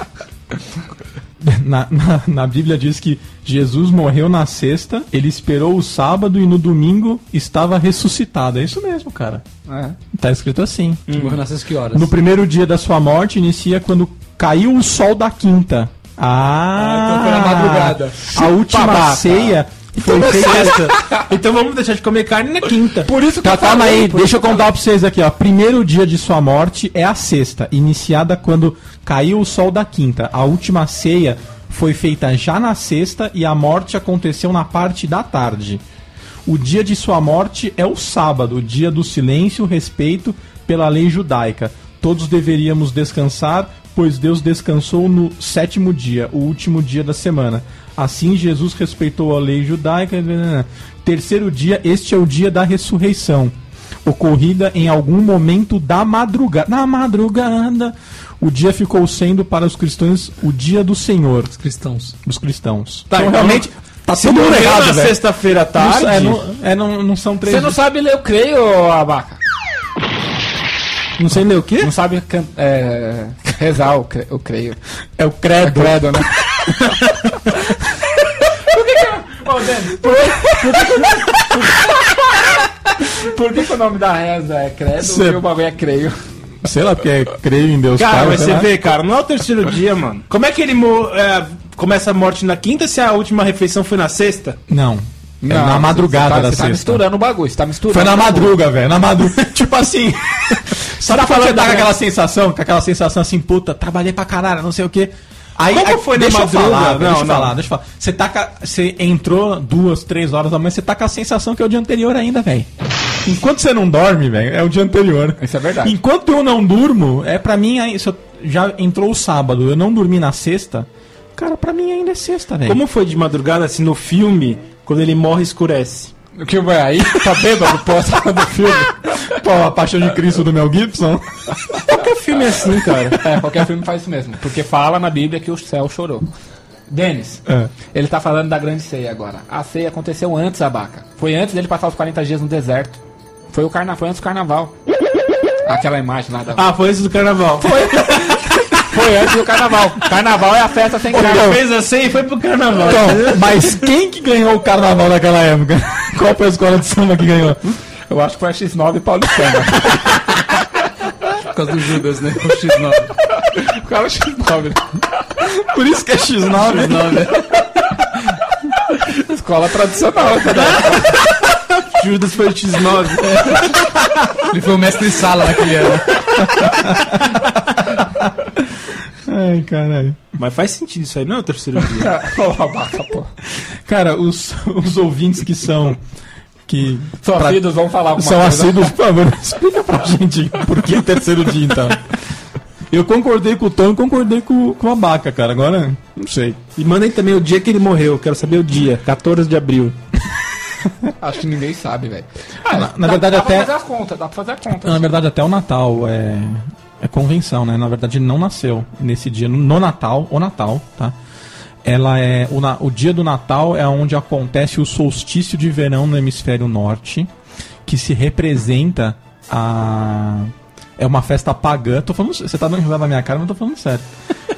[SPEAKER 2] Na, na- na Bíblia diz que Jesus morreu na sexta, ele esperou o sábado e no domingo estava ressuscitado. É isso mesmo, cara.
[SPEAKER 4] É.
[SPEAKER 2] Tá escrito assim.
[SPEAKER 5] Morreu nessas que horas?
[SPEAKER 2] No primeiro dia da sua morte, inicia quando caiu o sol da quinta. Ah,
[SPEAKER 5] então foi na madrugada.
[SPEAKER 2] A última
[SPEAKER 4] babaca.
[SPEAKER 2] ceia foi feita.
[SPEAKER 4] Sexta. então vamos deixar de comer carne na quinta.
[SPEAKER 2] Por isso que tá, calma aí, deixa eu contar pra vocês aqui, ó. Primeiro dia de sua morte é a sexta, iniciada quando caiu o sol da quinta. A última ceia foi feita já na sexta e a morte aconteceu na parte da tarde. O dia de sua morte é o sábado, o dia do silêncio, respeito pela lei judaica. Todos deveríamos descansar, pois Deus descansou no sétimo dia, o último dia da semana. Assim Jesus respeitou a lei judaica. Terceiro dia, este é o dia da ressurreição, ocorrida em algum momento da madrugada. Na madrugada, o dia ficou sendo para os cristãos o dia do Senhor,
[SPEAKER 5] Os cristãos.
[SPEAKER 2] dos cristãos.
[SPEAKER 4] Tá, então, realmente.
[SPEAKER 2] tá
[SPEAKER 4] Se morrer na
[SPEAKER 2] velho.
[SPEAKER 4] sexta-feira à
[SPEAKER 2] Não
[SPEAKER 4] tarde.
[SPEAKER 2] sa- é, não, é, não- não são três
[SPEAKER 3] Você não sabe ler, eu creio, abaca.
[SPEAKER 2] Não sei ler o quê?
[SPEAKER 3] Não sabe can- é, rezar, eu cre- eu creio.
[SPEAKER 2] É o credo.
[SPEAKER 3] Credo, né? Por que, que o nome da reza é credo
[SPEAKER 2] Cê-
[SPEAKER 3] e o bagulho é creio?
[SPEAKER 2] Sei lá, porque é creio em Deus.
[SPEAKER 4] Cara,
[SPEAKER 2] Pai,
[SPEAKER 4] mas
[SPEAKER 2] sei
[SPEAKER 4] você
[SPEAKER 2] lá.
[SPEAKER 4] vê, cara, não é o terceiro dia, mano. Como é que ele mo- é, começa a morte na quinta se a última refeição foi na sexta?
[SPEAKER 2] Não. é
[SPEAKER 3] Não,
[SPEAKER 2] na madrugada
[SPEAKER 3] você tá,
[SPEAKER 2] da
[SPEAKER 3] você tá
[SPEAKER 2] sexta.
[SPEAKER 3] misturando o bagulho, você tá misturando.
[SPEAKER 2] Foi na madruga, velho. Na madruga. tipo assim. Sabe quando você tá com aquela sensação? Com aquela sensação assim, puta, trabalhei pra caralho, não sei o quê. Aí,
[SPEAKER 4] Como
[SPEAKER 2] aí-
[SPEAKER 4] foi na
[SPEAKER 2] deixa eu
[SPEAKER 4] madruga?
[SPEAKER 2] falar, velho,
[SPEAKER 4] Não,
[SPEAKER 2] deixa eu
[SPEAKER 4] não.
[SPEAKER 2] falar, deixa eu falar. Você tá com a- você entrou duas, três horas da manhã, você tá com a sensação que é o dia anterior ainda, velho. Enquanto você não dorme, velho, é o dia anterior.
[SPEAKER 3] Isso é verdade.
[SPEAKER 2] Enquanto eu não durmo, é pra mim, aí, se eu- já entrou o sábado, eu não dormi na sexta, cara, pra mim ainda é sexta, velho.
[SPEAKER 4] Como foi de madrugada, assim, no filme, quando ele morre, escurece?
[SPEAKER 3] O que vai aí? Tá bêbado, posso do filme?
[SPEAKER 2] Pô, a paixão de Cristo do Mel Gibson?
[SPEAKER 4] Qualquer filme é assim, cara.
[SPEAKER 3] É, qualquer filme faz isso mesmo. Porque fala na Bíblia que o céu chorou. Denis,
[SPEAKER 2] É.
[SPEAKER 3] ele tá falando da grande ceia agora. A ceia aconteceu antes da Abaca. Foi antes dele passar os 40 dias no deserto. Foi, o carna... foi antes do carnaval. Aquela imagem lá da.
[SPEAKER 4] Ah, foi esse do carnaval.
[SPEAKER 3] Foi antes do carnaval. Carnaval é a festa sem
[SPEAKER 4] Ele
[SPEAKER 3] carne.
[SPEAKER 4] fez assim e foi pro carnaval.
[SPEAKER 2] Então, mas quem que ganhou o carnaval naquela época? Qual foi a escola de samba que ganhou?
[SPEAKER 3] Eu acho que foi a X9 paulistana.
[SPEAKER 5] Por causa do Judas, né? O X9.
[SPEAKER 3] o cara é o X9.
[SPEAKER 2] Por isso que é X9.
[SPEAKER 3] Escola tradicional.
[SPEAKER 4] Judas foi o X9.
[SPEAKER 5] Ele foi o mestre sala naquele ano.
[SPEAKER 2] Ai, caralho.
[SPEAKER 4] Mas faz sentido isso aí, não é o terceiro dia.
[SPEAKER 3] Ô, Abaca, pô.
[SPEAKER 2] Cara, os, os ouvintes que são. que
[SPEAKER 3] Só
[SPEAKER 2] pra-
[SPEAKER 3] filhos vão falar alguma
[SPEAKER 2] são
[SPEAKER 3] coisa.
[SPEAKER 2] assíduos, por favor, explica pra gente por que terceiro dia, então. Eu concordei com o Tom, concordei com, com a Baca, cara. Agora, não sei.
[SPEAKER 4] E mandem também o dia que ele morreu, quero saber o dia, 14 de abril.
[SPEAKER 3] Acho que ninguém sabe, velho.
[SPEAKER 2] na verdade,
[SPEAKER 3] Ah, dá
[SPEAKER 2] até-
[SPEAKER 3] Pra fazer a conta, dá pra fazer a conta.
[SPEAKER 2] Na verdade, até o Natal é, é convenção, né? Na verdade, ele não nasceu nesse dia. No- No Natal, o Natal, tá? Ela é o, na- o dia do Natal é onde acontece o solstício de verão no hemisfério norte, que se representa a é uma festa pagã. Tô falando, você tá dando risada na minha cara, mas eu tô falando sério.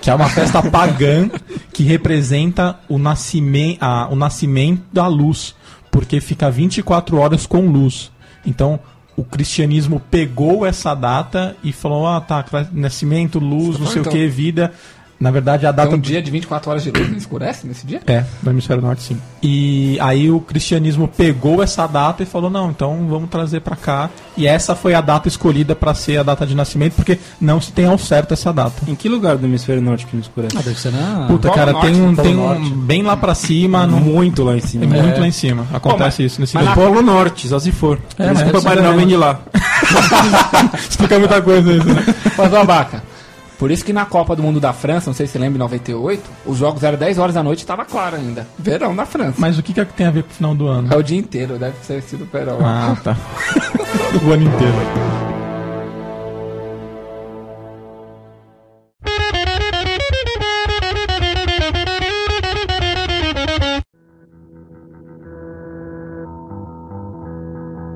[SPEAKER 2] Que é uma festa pagã que representa o nascimento, o nascimento da luz, porque fica 24 horas com luz. Então, o cristianismo pegou essa data e falou: "Ah, tá, nascimento, luz, não sei o
[SPEAKER 3] então-
[SPEAKER 2] que, vida". Na verdade, é a data
[SPEAKER 3] Tem um
[SPEAKER 2] do-
[SPEAKER 3] dia de 24 horas de luz, não escurece nesse dia?
[SPEAKER 2] é, no hemisfério norte sim. E aí o cristianismo pegou essa data e falou: "Não, então vamos trazer pra cá". E essa foi a data escolhida pra ser a data de nascimento, porque não se tem ao certo essa data.
[SPEAKER 4] Em que lugar do hemisfério norte que não escurece?
[SPEAKER 5] Ah, deve ser na...
[SPEAKER 2] Puta,
[SPEAKER 3] Polo
[SPEAKER 2] cara,
[SPEAKER 3] Norte,
[SPEAKER 2] tem um
[SPEAKER 5] Polo
[SPEAKER 2] tem um
[SPEAKER 5] Norte.
[SPEAKER 2] bem lá pra cima, no
[SPEAKER 4] Muito lá em
[SPEAKER 2] é
[SPEAKER 4] cima.
[SPEAKER 2] muito lá em cima. Acontece isso nesse
[SPEAKER 4] No
[SPEAKER 2] dia.
[SPEAKER 4] Polo Norte, só se for.
[SPEAKER 5] É,
[SPEAKER 4] Por isso
[SPEAKER 5] mas
[SPEAKER 4] que o
[SPEAKER 5] deve
[SPEAKER 4] Papai
[SPEAKER 5] ser
[SPEAKER 4] Noel
[SPEAKER 5] mesmo.
[SPEAKER 4] vem de lá.
[SPEAKER 2] Explica muita coisa isso, né?
[SPEAKER 3] Mas ó, abaca. Por isso que na Copa do Mundo da França, não sei se você lembra, em 98, os jogos eram 10 horas da noite e tava claro ainda. Verão na França.
[SPEAKER 2] Mas o que que é que tem a ver com o final do ano?
[SPEAKER 3] É o dia inteiro, deve ter sido verão.
[SPEAKER 2] Ah, tá. o ano inteiro.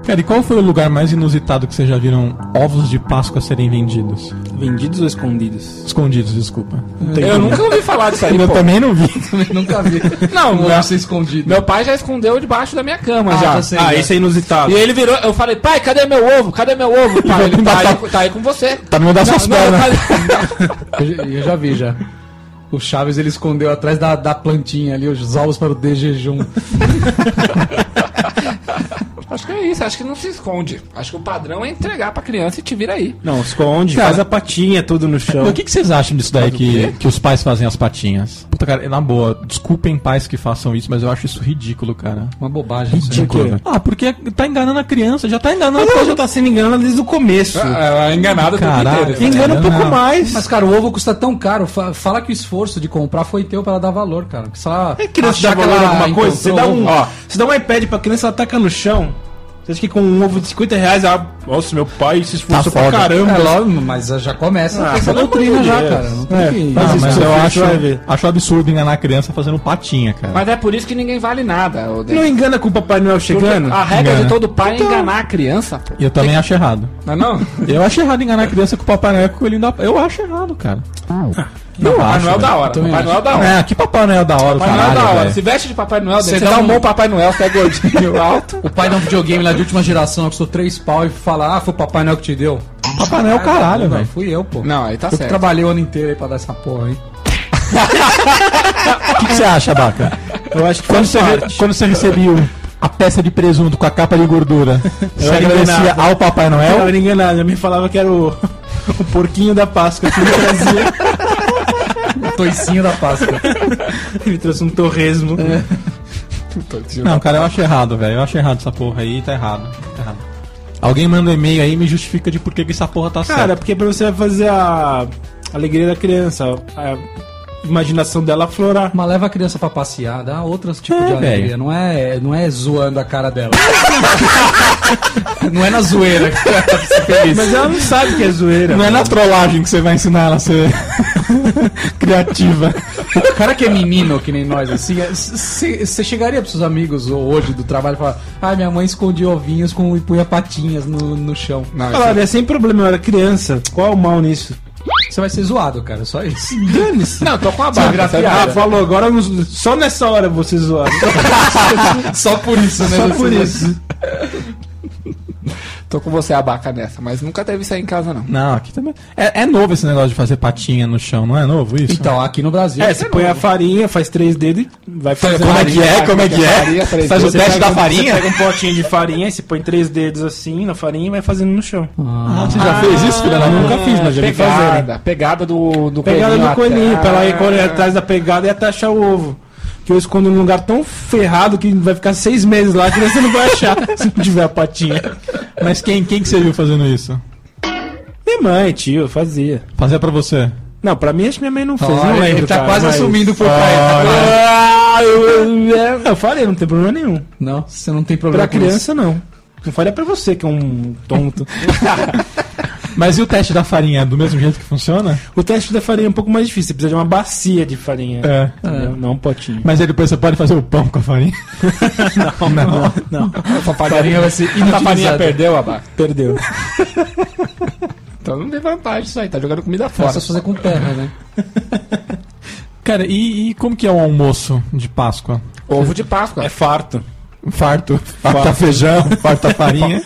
[SPEAKER 2] Cara, e qual foi o lugar mais inusitado que vocês já viram ovos de Páscoa serem vendidos?
[SPEAKER 4] Vendidos ou escondidos?
[SPEAKER 2] Escondidos, desculpa.
[SPEAKER 3] Eu nunca ouvi falar disso aí,
[SPEAKER 2] Eu
[SPEAKER 3] pô.
[SPEAKER 2] também não vi.
[SPEAKER 5] Nunca vi.
[SPEAKER 3] Não,
[SPEAKER 5] um
[SPEAKER 3] não.
[SPEAKER 5] ovo ser escondido.
[SPEAKER 3] Meu pai já escondeu debaixo da minha cama
[SPEAKER 5] Ah,
[SPEAKER 3] já.
[SPEAKER 2] tá
[SPEAKER 5] já sei.
[SPEAKER 4] Ah, isso é inusitado.
[SPEAKER 3] E ele virou, eu falei, pai, cadê meu ovo? Cadê meu ovo, pai? Ele tá aí, tá aí com você.
[SPEAKER 2] Tá no meio das suas
[SPEAKER 3] Não, não,
[SPEAKER 2] pernas.
[SPEAKER 5] Eu, já- eu já vi já. O Chaves ele escondeu atrás da, da plantinha ali os ovos para o de jejum.
[SPEAKER 3] Acho que é isso, acho que não se esconde. Acho que o padrão é entregar pra criança e te vira aí.
[SPEAKER 4] Não, esconde,
[SPEAKER 2] Cara,
[SPEAKER 4] faz a patinha tudo no
[SPEAKER 2] O
[SPEAKER 3] Então,
[SPEAKER 4] chão.
[SPEAKER 2] que, que vocês acham disso daí que, que os pais fazem as patinhas? Puta, cara, na boa, desculpem pais que façam isso, mas eu acho isso ridículo, cara.
[SPEAKER 5] Uma bobagem. isso é aí.
[SPEAKER 4] Por quê?
[SPEAKER 2] Ah, porque tá enganando a criança, já tá enganando a
[SPEAKER 4] Ela
[SPEAKER 2] criança.
[SPEAKER 4] já tá sendo enganada desde o começo.
[SPEAKER 5] Ah,
[SPEAKER 3] É, enganado
[SPEAKER 2] Caralho,
[SPEAKER 4] Engana um pouco mais.
[SPEAKER 5] assim. Mas, cara, o ovo custa tão caro. fa- Fala que o esforço de comprar foi teu para dar valor, cara. Porque se ela
[SPEAKER 4] É criança
[SPEAKER 5] achar
[SPEAKER 4] dá
[SPEAKER 5] que
[SPEAKER 4] valor
[SPEAKER 5] ela
[SPEAKER 4] alguma coisa? Você dá,
[SPEAKER 5] encontrou
[SPEAKER 4] um,
[SPEAKER 5] ovo-
[SPEAKER 4] você dá um iPad pra criança, ela taca no chão. Você acha que com um ovo de 50 reais, ah, nossa, meu pai se esforçou pra
[SPEAKER 2] foda.
[SPEAKER 4] caramba.
[SPEAKER 5] É, lógico, mas já começa
[SPEAKER 4] Ah,
[SPEAKER 5] com essa
[SPEAKER 4] pelo
[SPEAKER 5] doutrina
[SPEAKER 4] amor de
[SPEAKER 5] já,
[SPEAKER 4] Deus.
[SPEAKER 5] cara. Não tem
[SPEAKER 4] É,
[SPEAKER 5] que...
[SPEAKER 4] faz
[SPEAKER 2] Ah, mas
[SPEAKER 4] isso com
[SPEAKER 2] eu
[SPEAKER 4] seu filho,
[SPEAKER 2] acho,
[SPEAKER 4] você vai ver.
[SPEAKER 2] acho absurdo enganar a criança fazendo patinha, cara.
[SPEAKER 3] Mas é por isso que ninguém vale nada. ô
[SPEAKER 4] Não
[SPEAKER 3] Denis.
[SPEAKER 4] engana com o Papai Noel
[SPEAKER 3] Porque
[SPEAKER 4] chegando.
[SPEAKER 3] a regra
[SPEAKER 2] Engana.
[SPEAKER 3] de todo pai é enganar a criança, pô.
[SPEAKER 2] E eu também acho errado.
[SPEAKER 3] Não é não?
[SPEAKER 2] Eu acho errado enganar a criança com o Papai Noel e com o coelhinho da. Eu acho errado, cara.
[SPEAKER 4] Ah.
[SPEAKER 2] Não,
[SPEAKER 3] Papai Noel é
[SPEAKER 2] velho.
[SPEAKER 3] da hora.
[SPEAKER 5] Também
[SPEAKER 3] Papai
[SPEAKER 5] acho.
[SPEAKER 3] Noel da hora.
[SPEAKER 2] É, que Papai Noel da hora,
[SPEAKER 3] Papai
[SPEAKER 2] caralho,
[SPEAKER 3] Noel é da hora.
[SPEAKER 2] velho.
[SPEAKER 3] Se veste de Papai Noel,
[SPEAKER 5] Você
[SPEAKER 3] você
[SPEAKER 5] dá
[SPEAKER 3] dá um
[SPEAKER 5] um-
[SPEAKER 3] bom Papai Noel, você é gordinho alto.
[SPEAKER 5] O pai dá um videogame lá de última geração, custou três pau e fala, ah, foi o Papai Noel que te deu.
[SPEAKER 2] Papai Noel, é caralho,
[SPEAKER 5] não,
[SPEAKER 2] velho.
[SPEAKER 5] fui eu, pô.
[SPEAKER 3] Não, aí tá
[SPEAKER 5] eu que
[SPEAKER 3] certo.
[SPEAKER 5] trabalhei o ano inteiro aí pra dar essa porra aí.
[SPEAKER 2] O que, que você acha, Baca?
[SPEAKER 4] Eu acho que
[SPEAKER 2] Quando
[SPEAKER 4] faz
[SPEAKER 2] você,
[SPEAKER 4] parte.
[SPEAKER 2] quando você recebeu a peça de presunto com a capa de gordura, você
[SPEAKER 4] Eu
[SPEAKER 2] agradecia
[SPEAKER 4] enganava.
[SPEAKER 2] ao Papai
[SPEAKER 4] Eu
[SPEAKER 2] Noel?
[SPEAKER 4] era enganado, eu me falava que era o, o porquinho da Páscoa assim, que me trazia.
[SPEAKER 5] O toicinho da Páscoa.
[SPEAKER 4] Ele trouxe um torresmo.
[SPEAKER 2] Não, cara, eu acho errado, velho. Eu acho errado essa porra aí, tá errado. Tá errado. Alguém manda um e-mail aí e me justifica de por que, que essa porra tá
[SPEAKER 4] Cara,
[SPEAKER 2] certa.
[SPEAKER 4] porque pra você fazer a alegria da criança, a imaginação dela aflorar.
[SPEAKER 5] Mas leva a criança pra passear, dá outros tipos
[SPEAKER 2] É,
[SPEAKER 5] de alegria.
[SPEAKER 2] velho.
[SPEAKER 5] Não é, não é zoando a cara dela. não é na zoeira.
[SPEAKER 4] Mas ela não sabe que é zoeira.
[SPEAKER 2] Não é na trollagem que você vai ensinar ela a ser criativa.
[SPEAKER 5] O cara que é menino, que nem nós, assim, você chegaria pros seus amigos ho- hoje do trabalho e falar: Ah, minha mãe escondia ovinhos com, e punha patinhas no, no chão.
[SPEAKER 3] Não, isso-
[SPEAKER 4] Olha, é sem problema, eu era criança. Qual é o mal nisso?
[SPEAKER 5] Você vai ser zoado, cara, só isso.
[SPEAKER 3] Não, eu tô com a barra. sabe?
[SPEAKER 4] Ah, falou, agora eu não- só nessa hora vocês zoaram.
[SPEAKER 5] só por isso, né?
[SPEAKER 4] Só
[SPEAKER 5] Você
[SPEAKER 4] por
[SPEAKER 5] vai-
[SPEAKER 4] isso.
[SPEAKER 3] Tô com você abaca nessa, mas nunca teve isso aí em casa, não.
[SPEAKER 2] Não, aqui também. É, é novo esse negócio de fazer patinha no chão, não é novo isso?
[SPEAKER 5] Então, aqui no Brasil.
[SPEAKER 4] É, você põe a farinha, faz três dedos e vai fazer.
[SPEAKER 2] como é que é? Como é que
[SPEAKER 3] Farinha,
[SPEAKER 2] é?
[SPEAKER 3] farinha,
[SPEAKER 2] Faz o
[SPEAKER 3] você
[SPEAKER 2] teste
[SPEAKER 3] pega-
[SPEAKER 2] da farinha?
[SPEAKER 4] Pega um potinho de farinha, aí você põe três dedos assim na farinha e vai fazendo no chão.
[SPEAKER 2] Ah, você já fez isso, filha? da
[SPEAKER 4] eu
[SPEAKER 2] mãe?
[SPEAKER 4] nunca fiz, mas já vi fazerem.
[SPEAKER 3] Pegada, pegada do, do
[SPEAKER 4] Pegada do coelhinho, pra ela ir
[SPEAKER 3] até-
[SPEAKER 4] correr atrás da pegada e atachar o ovo. Que eu escondo num lugar tão ferrado que vai ficar seis meses lá, a criança não vai achar se não tiver a patinha.
[SPEAKER 2] Mas quem, quem que você viu fazendo isso?
[SPEAKER 4] Minha mãe, tio, fazia.
[SPEAKER 2] Fazia pra você.
[SPEAKER 4] Não, pra mim acho que minha mãe não fez,
[SPEAKER 5] Olha,
[SPEAKER 4] não lembro.
[SPEAKER 5] ele tá
[SPEAKER 4] cara,
[SPEAKER 5] quase
[SPEAKER 4] mas-
[SPEAKER 5] assumindo por pai. tá
[SPEAKER 4] Ah, eu, é, eu falei, não tem problema nenhum.
[SPEAKER 5] Não, você não tem
[SPEAKER 4] Pra
[SPEAKER 5] problema com isso.
[SPEAKER 4] criança, não. Não falha pra você, que é um tonto.
[SPEAKER 2] Mas e o teste da farinha? é Do mesmo jeito que funciona?
[SPEAKER 4] o teste da farinha é um pouco mais difícil, você precisa de uma bacia de farinha.
[SPEAKER 2] É.
[SPEAKER 4] Entendeu? Não um potinho.
[SPEAKER 2] Mas aí depois você pode fazer o pão com a farinha? não, não.
[SPEAKER 3] Essa farinha
[SPEAKER 5] Farinha vai ser inutilizada.
[SPEAKER 3] A farinha perdeu, abaca.
[SPEAKER 4] Perdeu.
[SPEAKER 3] Então não tem vantagem isso aí, tá jogando comida
[SPEAKER 5] É
[SPEAKER 3] fora.
[SPEAKER 5] só fazer com terra, né?
[SPEAKER 2] Cara, e, e como que é um almoço de Páscoa?
[SPEAKER 3] Ovo de Páscoa.
[SPEAKER 4] É farto.
[SPEAKER 2] Farto. Farta feijão, farta farinha.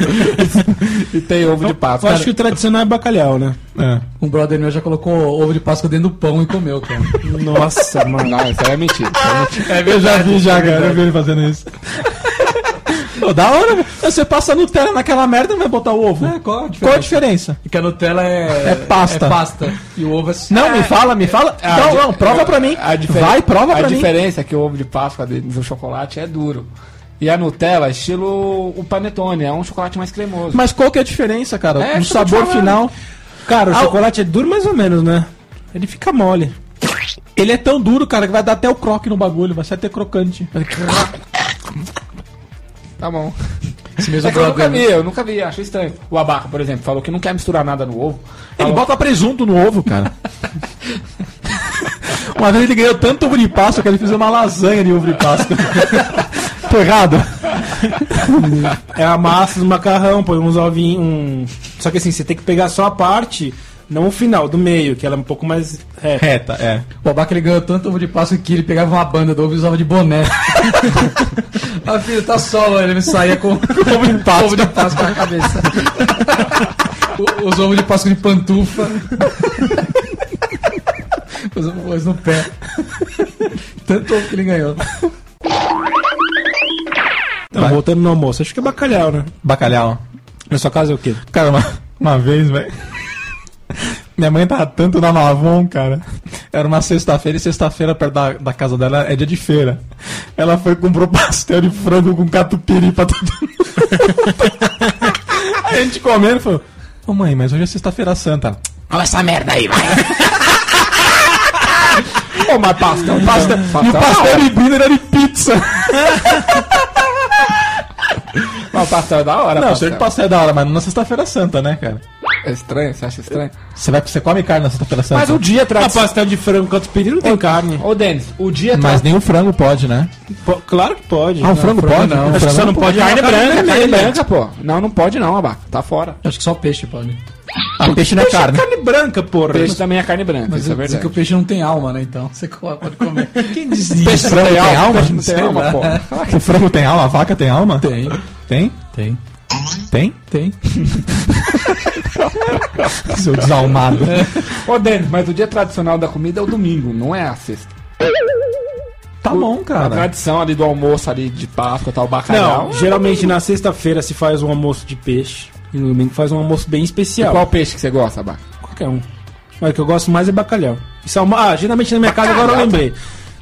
[SPEAKER 3] E tem ovo de
[SPEAKER 4] Eu
[SPEAKER 3] Páscoa.
[SPEAKER 4] acho que o tradicional é bacalhau, né?
[SPEAKER 2] É.
[SPEAKER 5] Um brother meu já colocou ovo de Páscoa dentro do pão e comeu, cara.
[SPEAKER 4] Nossa, mano.
[SPEAKER 3] Não, isso aí é mentira. isso aí é mentira.
[SPEAKER 2] Eu já vi já, cara. Eu vi ele fazendo isso. Pô, da hora, velho. Você passa Nutella naquela merda e não vai botar o ovo.
[SPEAKER 5] É, qual a
[SPEAKER 2] Qual a
[SPEAKER 5] diferença?
[SPEAKER 2] diferença?
[SPEAKER 5] Porque a Nutella é,
[SPEAKER 2] É pasta.
[SPEAKER 5] é pasta. E o ovo é.
[SPEAKER 2] Não, me fala, me fala.
[SPEAKER 3] a
[SPEAKER 2] não,
[SPEAKER 3] di-
[SPEAKER 2] não, prova pra mim.
[SPEAKER 3] Ah, a difer-
[SPEAKER 2] Vai, prova
[SPEAKER 3] A
[SPEAKER 2] pra mim.
[SPEAKER 3] diferença é que o ovo de Páscoa de- do chocolate é duro. E a Nutella é estilo o panetone, é um chocolate mais cremoso.
[SPEAKER 2] Mas qual que é a diferença, cara?
[SPEAKER 3] É,
[SPEAKER 2] o
[SPEAKER 3] isso que eu tô
[SPEAKER 2] sabor
[SPEAKER 3] falando.
[SPEAKER 2] final.
[SPEAKER 4] Cara, o
[SPEAKER 2] Ah, o-
[SPEAKER 4] chocolate é duro mais ou menos, né? Ele fica mole.
[SPEAKER 2] Ele é tão duro, cara, que vai dar até o croque no bagulho. Vai ser até crocante.
[SPEAKER 3] Tá bom.
[SPEAKER 5] Esse mesmo
[SPEAKER 3] É que eu nunca
[SPEAKER 5] brother. né?
[SPEAKER 3] vi, eu nunca vi, achei estranho. O abaca, por exemplo, falou que não quer misturar nada no ovo.
[SPEAKER 2] Ele bota presunto no ovo, cara. uma vez ele ganhou tanto ovo de Páscoa que ele fez uma lasanha de ovo de Páscoa. Tô errado?
[SPEAKER 4] é a massa do macarrão, põe uns ovinhos. Um... Só que assim, você tem que pegar só a parte, não o final, do meio, que ela é um pouco mais reta.
[SPEAKER 2] Reta, é.
[SPEAKER 5] O Abaca ele ganhou tanto ovo de Páscoa que ele pegava uma banda do ovo e usava de boné. a filha tá solo, ele saía com, com ovo de Páscoa, ovo de Páscoa na cabeça. O- Os ovos de Páscoa de pantufa. Os ovos no pé. Tanto ovo que ele ganhou.
[SPEAKER 4] Então, voltando no almoço, acho que é bacalhau, né?
[SPEAKER 2] Bacalhau.
[SPEAKER 4] Na sua casa é o quê?
[SPEAKER 2] Cara, uma, uma vez, velho. Minha mãe tava tanto na Mavon, cara. Era uma sexta-feira e sexta-feira perto da, da casa dela é dia de feira. Ela foi e comprou pastel de frango com catupiry pra todo mundo. Aí a gente comendo e falou: Ô mãe, mas hoje é sexta-feira santa.
[SPEAKER 3] Pô, mas pastel,
[SPEAKER 2] Pastel, e o
[SPEAKER 3] é
[SPEAKER 2] pastel de brinde era de pizza.
[SPEAKER 3] Não, pastel é da hora,
[SPEAKER 2] Não, eu sei
[SPEAKER 3] pastel.
[SPEAKER 2] que pastel é da hora, mas não na sexta-feira santa, né, cara?
[SPEAKER 3] É estranho, você acha estranho?
[SPEAKER 2] Você, vai, você come carne na sexta-feira santa.
[SPEAKER 3] Mas o dia
[SPEAKER 4] Ah,
[SPEAKER 3] tradicional...
[SPEAKER 4] pastel de frango com catupiry não tem carne.
[SPEAKER 3] Ô, Denis, o dia tá-
[SPEAKER 2] Mas nem o frango pode, né?
[SPEAKER 4] Po- claro que pode.
[SPEAKER 2] Ah, o frango pode?
[SPEAKER 3] não.
[SPEAKER 2] O
[SPEAKER 4] Acho que
[SPEAKER 2] frango
[SPEAKER 4] só não
[SPEAKER 2] pode.
[SPEAKER 4] pode carne branca,
[SPEAKER 3] Carne
[SPEAKER 4] carne branca.
[SPEAKER 3] branca, né? pô. Não, não pode não, abaca. Tá fora.
[SPEAKER 5] Acho que só peixe pode.
[SPEAKER 2] Ah, peixe não é carne.
[SPEAKER 4] Carne branca, porra.
[SPEAKER 3] Peixe também é carne branca,
[SPEAKER 5] Mas
[SPEAKER 3] isso é
[SPEAKER 5] eu dizem que
[SPEAKER 3] verdade.
[SPEAKER 5] o peixe não tem alma, né? Então você co- pode comer. Quem diz
[SPEAKER 2] Peixe frango tem alma?
[SPEAKER 3] Peixe não tem
[SPEAKER 2] Sei
[SPEAKER 3] alma,
[SPEAKER 2] lá.
[SPEAKER 3] pô.
[SPEAKER 2] O frango tem alma? A vaca tem alma?
[SPEAKER 5] Tem,
[SPEAKER 2] Tem?
[SPEAKER 5] tem,
[SPEAKER 2] Tem?
[SPEAKER 5] tem.
[SPEAKER 2] Seu desalmado.
[SPEAKER 3] Ô, Denis, mas o dia tradicional da comida é o domingo, não é a sexta.
[SPEAKER 2] Tá bom,
[SPEAKER 3] A
[SPEAKER 2] cara.
[SPEAKER 3] tradição ali do almoço ali de Páscoa, tal, bacalhau.
[SPEAKER 4] Não, geralmente na sexta-feira se faz um almoço de peixe. E no domingo faz um almoço bem
[SPEAKER 3] E
[SPEAKER 4] especial.
[SPEAKER 3] qual peixe que você gosta, abaca?
[SPEAKER 4] Qualquer um. Mas o que eu gosto mais é bacalhau. E salmão. Ah, geralmente na minha casa agora eu lembrei.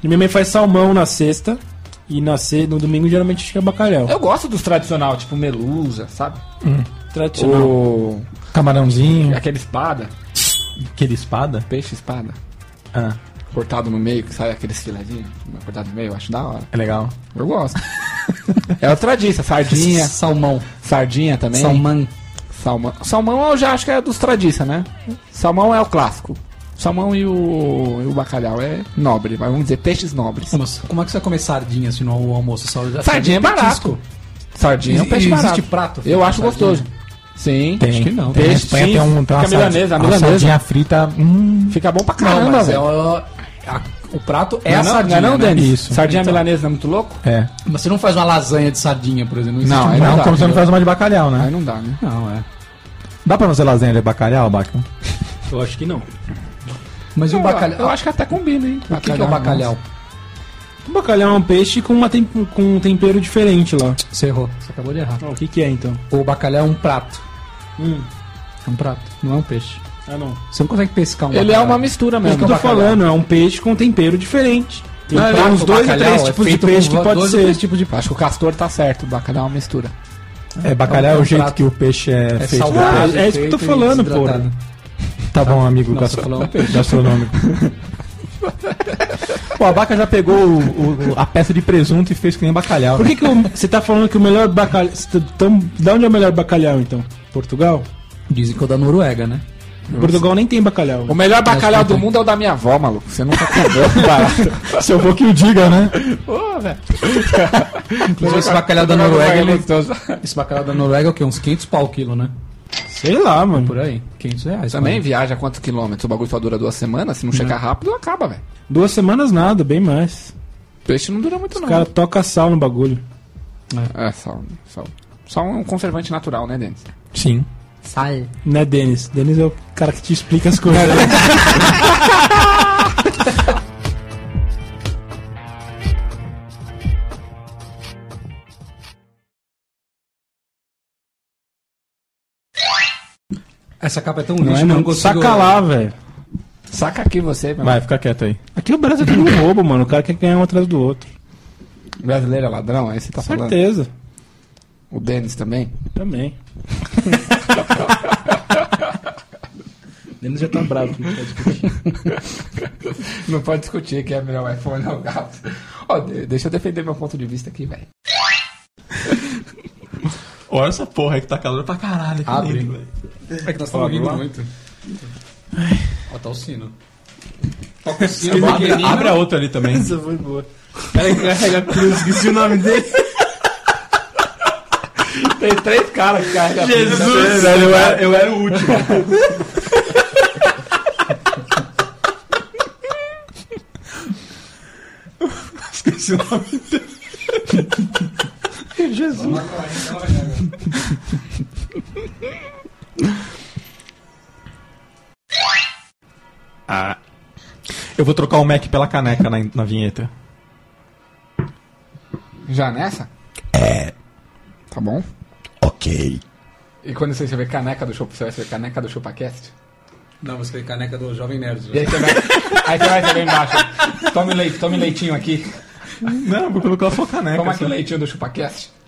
[SPEAKER 4] Minha mãe faz salmão na sexta. E na se... no domingo geralmente acho que é bacalhau.
[SPEAKER 3] Eu gosto dos tradicional, tipo melusa, sabe?
[SPEAKER 5] um-
[SPEAKER 4] Tradicional.
[SPEAKER 3] O...
[SPEAKER 2] Camarãozinho,
[SPEAKER 3] Aquele espada,
[SPEAKER 2] aquele espada.
[SPEAKER 3] peixe espada.
[SPEAKER 2] Ah,
[SPEAKER 3] Cortado no meio, que sai aqueles filezinhos. Cortado no meio, eu acho da hora.
[SPEAKER 2] é legal.
[SPEAKER 3] Eu gosto. é o tradista, sardinha.
[SPEAKER 5] Salmão.
[SPEAKER 3] Sardinha também.
[SPEAKER 5] Salmão.
[SPEAKER 3] Salmão. Salmão eu já acho que é dos tradiça, né? Salmão é o clássico. Salmão e o, e o bacalhau é nobre, mas vamos dizer peixes nobres.
[SPEAKER 5] Mas como é que você vai comer sardinha se não o almoço? Só-
[SPEAKER 3] Sardinha é barato.
[SPEAKER 5] petisco.
[SPEAKER 3] Sardinha é um
[SPEAKER 5] E-
[SPEAKER 3] peixe
[SPEAKER 5] e
[SPEAKER 3] barato.
[SPEAKER 5] existe prato, assim,
[SPEAKER 3] eu
[SPEAKER 5] de
[SPEAKER 3] acho
[SPEAKER 5] sardinha?
[SPEAKER 3] gostoso. Sim.
[SPEAKER 5] que não.
[SPEAKER 2] Tem, na
[SPEAKER 3] Peixe,
[SPEAKER 2] Espanha
[SPEAKER 3] sim,
[SPEAKER 2] tem um... Tem
[SPEAKER 3] fica
[SPEAKER 2] sard-
[SPEAKER 3] milanesa, a
[SPEAKER 2] uma
[SPEAKER 3] milanesa.
[SPEAKER 2] sardinha frita. Hum,
[SPEAKER 3] Fica bom pra
[SPEAKER 5] Não,
[SPEAKER 3] caramba,
[SPEAKER 5] mas é
[SPEAKER 3] velho.
[SPEAKER 5] o, a- o prato é
[SPEAKER 3] Não
[SPEAKER 5] a
[SPEAKER 3] não,
[SPEAKER 5] sardinha.
[SPEAKER 3] não, é não
[SPEAKER 5] né?
[SPEAKER 3] Denis?
[SPEAKER 2] Isso.
[SPEAKER 3] Sardinha milanesa não é muito louco?
[SPEAKER 2] é.
[SPEAKER 5] Mas você não faz uma lasanha de sardinha, por exemplo. existe
[SPEAKER 3] Não,
[SPEAKER 5] um
[SPEAKER 3] é
[SPEAKER 2] Não,
[SPEAKER 5] prato.
[SPEAKER 3] dá,
[SPEAKER 2] como você não
[SPEAKER 3] entendeu?
[SPEAKER 2] faz uma de bacalhau,
[SPEAKER 3] Aí
[SPEAKER 2] né?
[SPEAKER 3] não dá, né?
[SPEAKER 5] Não, é.
[SPEAKER 2] Dá pra fazer lasanha de bacalhau, Baca?
[SPEAKER 4] Eu acho que não.
[SPEAKER 5] Mas e o
[SPEAKER 3] Eu-
[SPEAKER 5] bacalhau?
[SPEAKER 3] Eu acho que até combina, hein?
[SPEAKER 5] o que, que é o bacalhau?
[SPEAKER 4] O bacalhau é um peixe com, uma tem- com um tempero diferente lá.
[SPEAKER 5] Você errou. Você acabou de errar.
[SPEAKER 4] Ah, o que, que é então?
[SPEAKER 5] O bacalhau é um prato.
[SPEAKER 4] Hum.
[SPEAKER 5] É um prato, não é um peixe.
[SPEAKER 4] Ah, não.
[SPEAKER 5] Você não consegue pescar um
[SPEAKER 3] Ele é uma mistura
[SPEAKER 4] É o que
[SPEAKER 3] mesmo.
[SPEAKER 4] eu tô falando, é um peixe com tempero diferente. Tem
[SPEAKER 5] Não, é-
[SPEAKER 4] uns
[SPEAKER 5] o
[SPEAKER 4] dois ou
[SPEAKER 5] bacalhau
[SPEAKER 4] três
[SPEAKER 5] é
[SPEAKER 4] tipos de
[SPEAKER 5] feito com
[SPEAKER 4] peixe que
[SPEAKER 5] dois ou
[SPEAKER 4] pode
[SPEAKER 5] três
[SPEAKER 4] ser.
[SPEAKER 5] tipos de
[SPEAKER 3] Acho que o castor tá certo, o bacalhau é uma mistura.
[SPEAKER 2] É, bacalhau é
[SPEAKER 5] É um- é
[SPEAKER 2] o
[SPEAKER 5] um
[SPEAKER 2] jeito
[SPEAKER 5] prato.
[SPEAKER 2] que o peixe é,
[SPEAKER 5] É
[SPEAKER 2] feito.
[SPEAKER 4] Ah,
[SPEAKER 5] salgado.
[SPEAKER 4] é isso que eu tô falando, pô.
[SPEAKER 2] Tá bom, amigo
[SPEAKER 5] Nossa,
[SPEAKER 2] gastro-
[SPEAKER 5] falou um peixe.
[SPEAKER 2] gastronômico. Pô, a Baca já pegou o- o- a peça de presunto e fez que nem bacalhau. né?
[SPEAKER 4] Por que, que o- você tá falando que o melhor bacalhau. cê tá- Tão, da onde é o melhor bacalhau então? Portugal?
[SPEAKER 5] Dizem que é o da Noruega, né?
[SPEAKER 4] Portugal nem tem bacalhau.
[SPEAKER 3] O melhor bacalhau
[SPEAKER 5] Mas
[SPEAKER 3] do
[SPEAKER 5] não tem.
[SPEAKER 3] mundo é o da minha avó, maluco. Você nunca comeu barato.
[SPEAKER 2] Seu avô que o diga, né?
[SPEAKER 3] Pô, velho.
[SPEAKER 5] Inclusive, esse
[SPEAKER 3] é
[SPEAKER 5] bacalhau da Noruega. ele- Esse bacalhau da Noruega é o quê? Uns 500 pau o quilo, né?
[SPEAKER 4] Sei lá, mano.
[SPEAKER 5] Por aí. 500 reais.
[SPEAKER 3] Também
[SPEAKER 5] quase.
[SPEAKER 3] viaja quantos quilômetros? O bagulho só dura duas semanas. Se não chegar rápido, acaba, velho.
[SPEAKER 4] Duas semanas nada, bem mais.
[SPEAKER 3] Peixe não dura muito,
[SPEAKER 4] O
[SPEAKER 3] não.
[SPEAKER 4] cara toca sal no bagulho.
[SPEAKER 3] É, sal, sal. Só um conservante natural, né, Denis?
[SPEAKER 2] Sim.
[SPEAKER 4] Né, Denis? Denis é o cara que te explica as coisas.
[SPEAKER 5] Essa capa é tão
[SPEAKER 4] não
[SPEAKER 5] lixo
[SPEAKER 4] é,
[SPEAKER 5] que eu não
[SPEAKER 4] não.
[SPEAKER 5] consigo...
[SPEAKER 4] Saca lá, velho.
[SPEAKER 3] Saca aqui você, meu.
[SPEAKER 2] Vai, fica quieto aí.
[SPEAKER 4] Aqui o Brasil tem um roubo, mano. O cara quer ganhar um atrás do outro.
[SPEAKER 3] Brasileiro é ladrão, aí você tá falando.
[SPEAKER 4] Certeza.
[SPEAKER 3] O Denis também.
[SPEAKER 4] Também. Denis já tá bravo.
[SPEAKER 3] Não pode discutir que é melhor o iPhone ou o gato. Ó, de- deixa eu defender meu ponto de vista aqui, velho.
[SPEAKER 2] Olha essa porra aí que tá calor pra caralho.
[SPEAKER 5] Abre.
[SPEAKER 2] lindo, velho.
[SPEAKER 5] É que nós estamos ouvindo muito. Ó, tá o sino. Toca o sino.
[SPEAKER 2] Abre, abre a outra ali também.
[SPEAKER 4] Essa foi boa. O cara que carrega a cruz, esqueci o nome dele.
[SPEAKER 3] Tem três caras que carregam a Bíblia.
[SPEAKER 9] Velho, eu era, eu era o último. Esqueci o nome dele.
[SPEAKER 4] Eu vou trocar o Mac pela caneca na, na vinheta.
[SPEAKER 3] Já nessa? É. Tá bom.
[SPEAKER 10] Ok.
[SPEAKER 3] E quando você escrever caneca do Chupa, você vai escrever caneca do ChupaCast?
[SPEAKER 5] Não, vou escrever caneca é do Jovem
[SPEAKER 3] E aí
[SPEAKER 5] Nerd.
[SPEAKER 3] você vai, aí você vai escrever embaixo. Tome leite, tome leitinho aqui.
[SPEAKER 4] Não, vou colocar só caneca.
[SPEAKER 3] Toma aqui
[SPEAKER 4] só.
[SPEAKER 3] o leitinho do ChupaCast.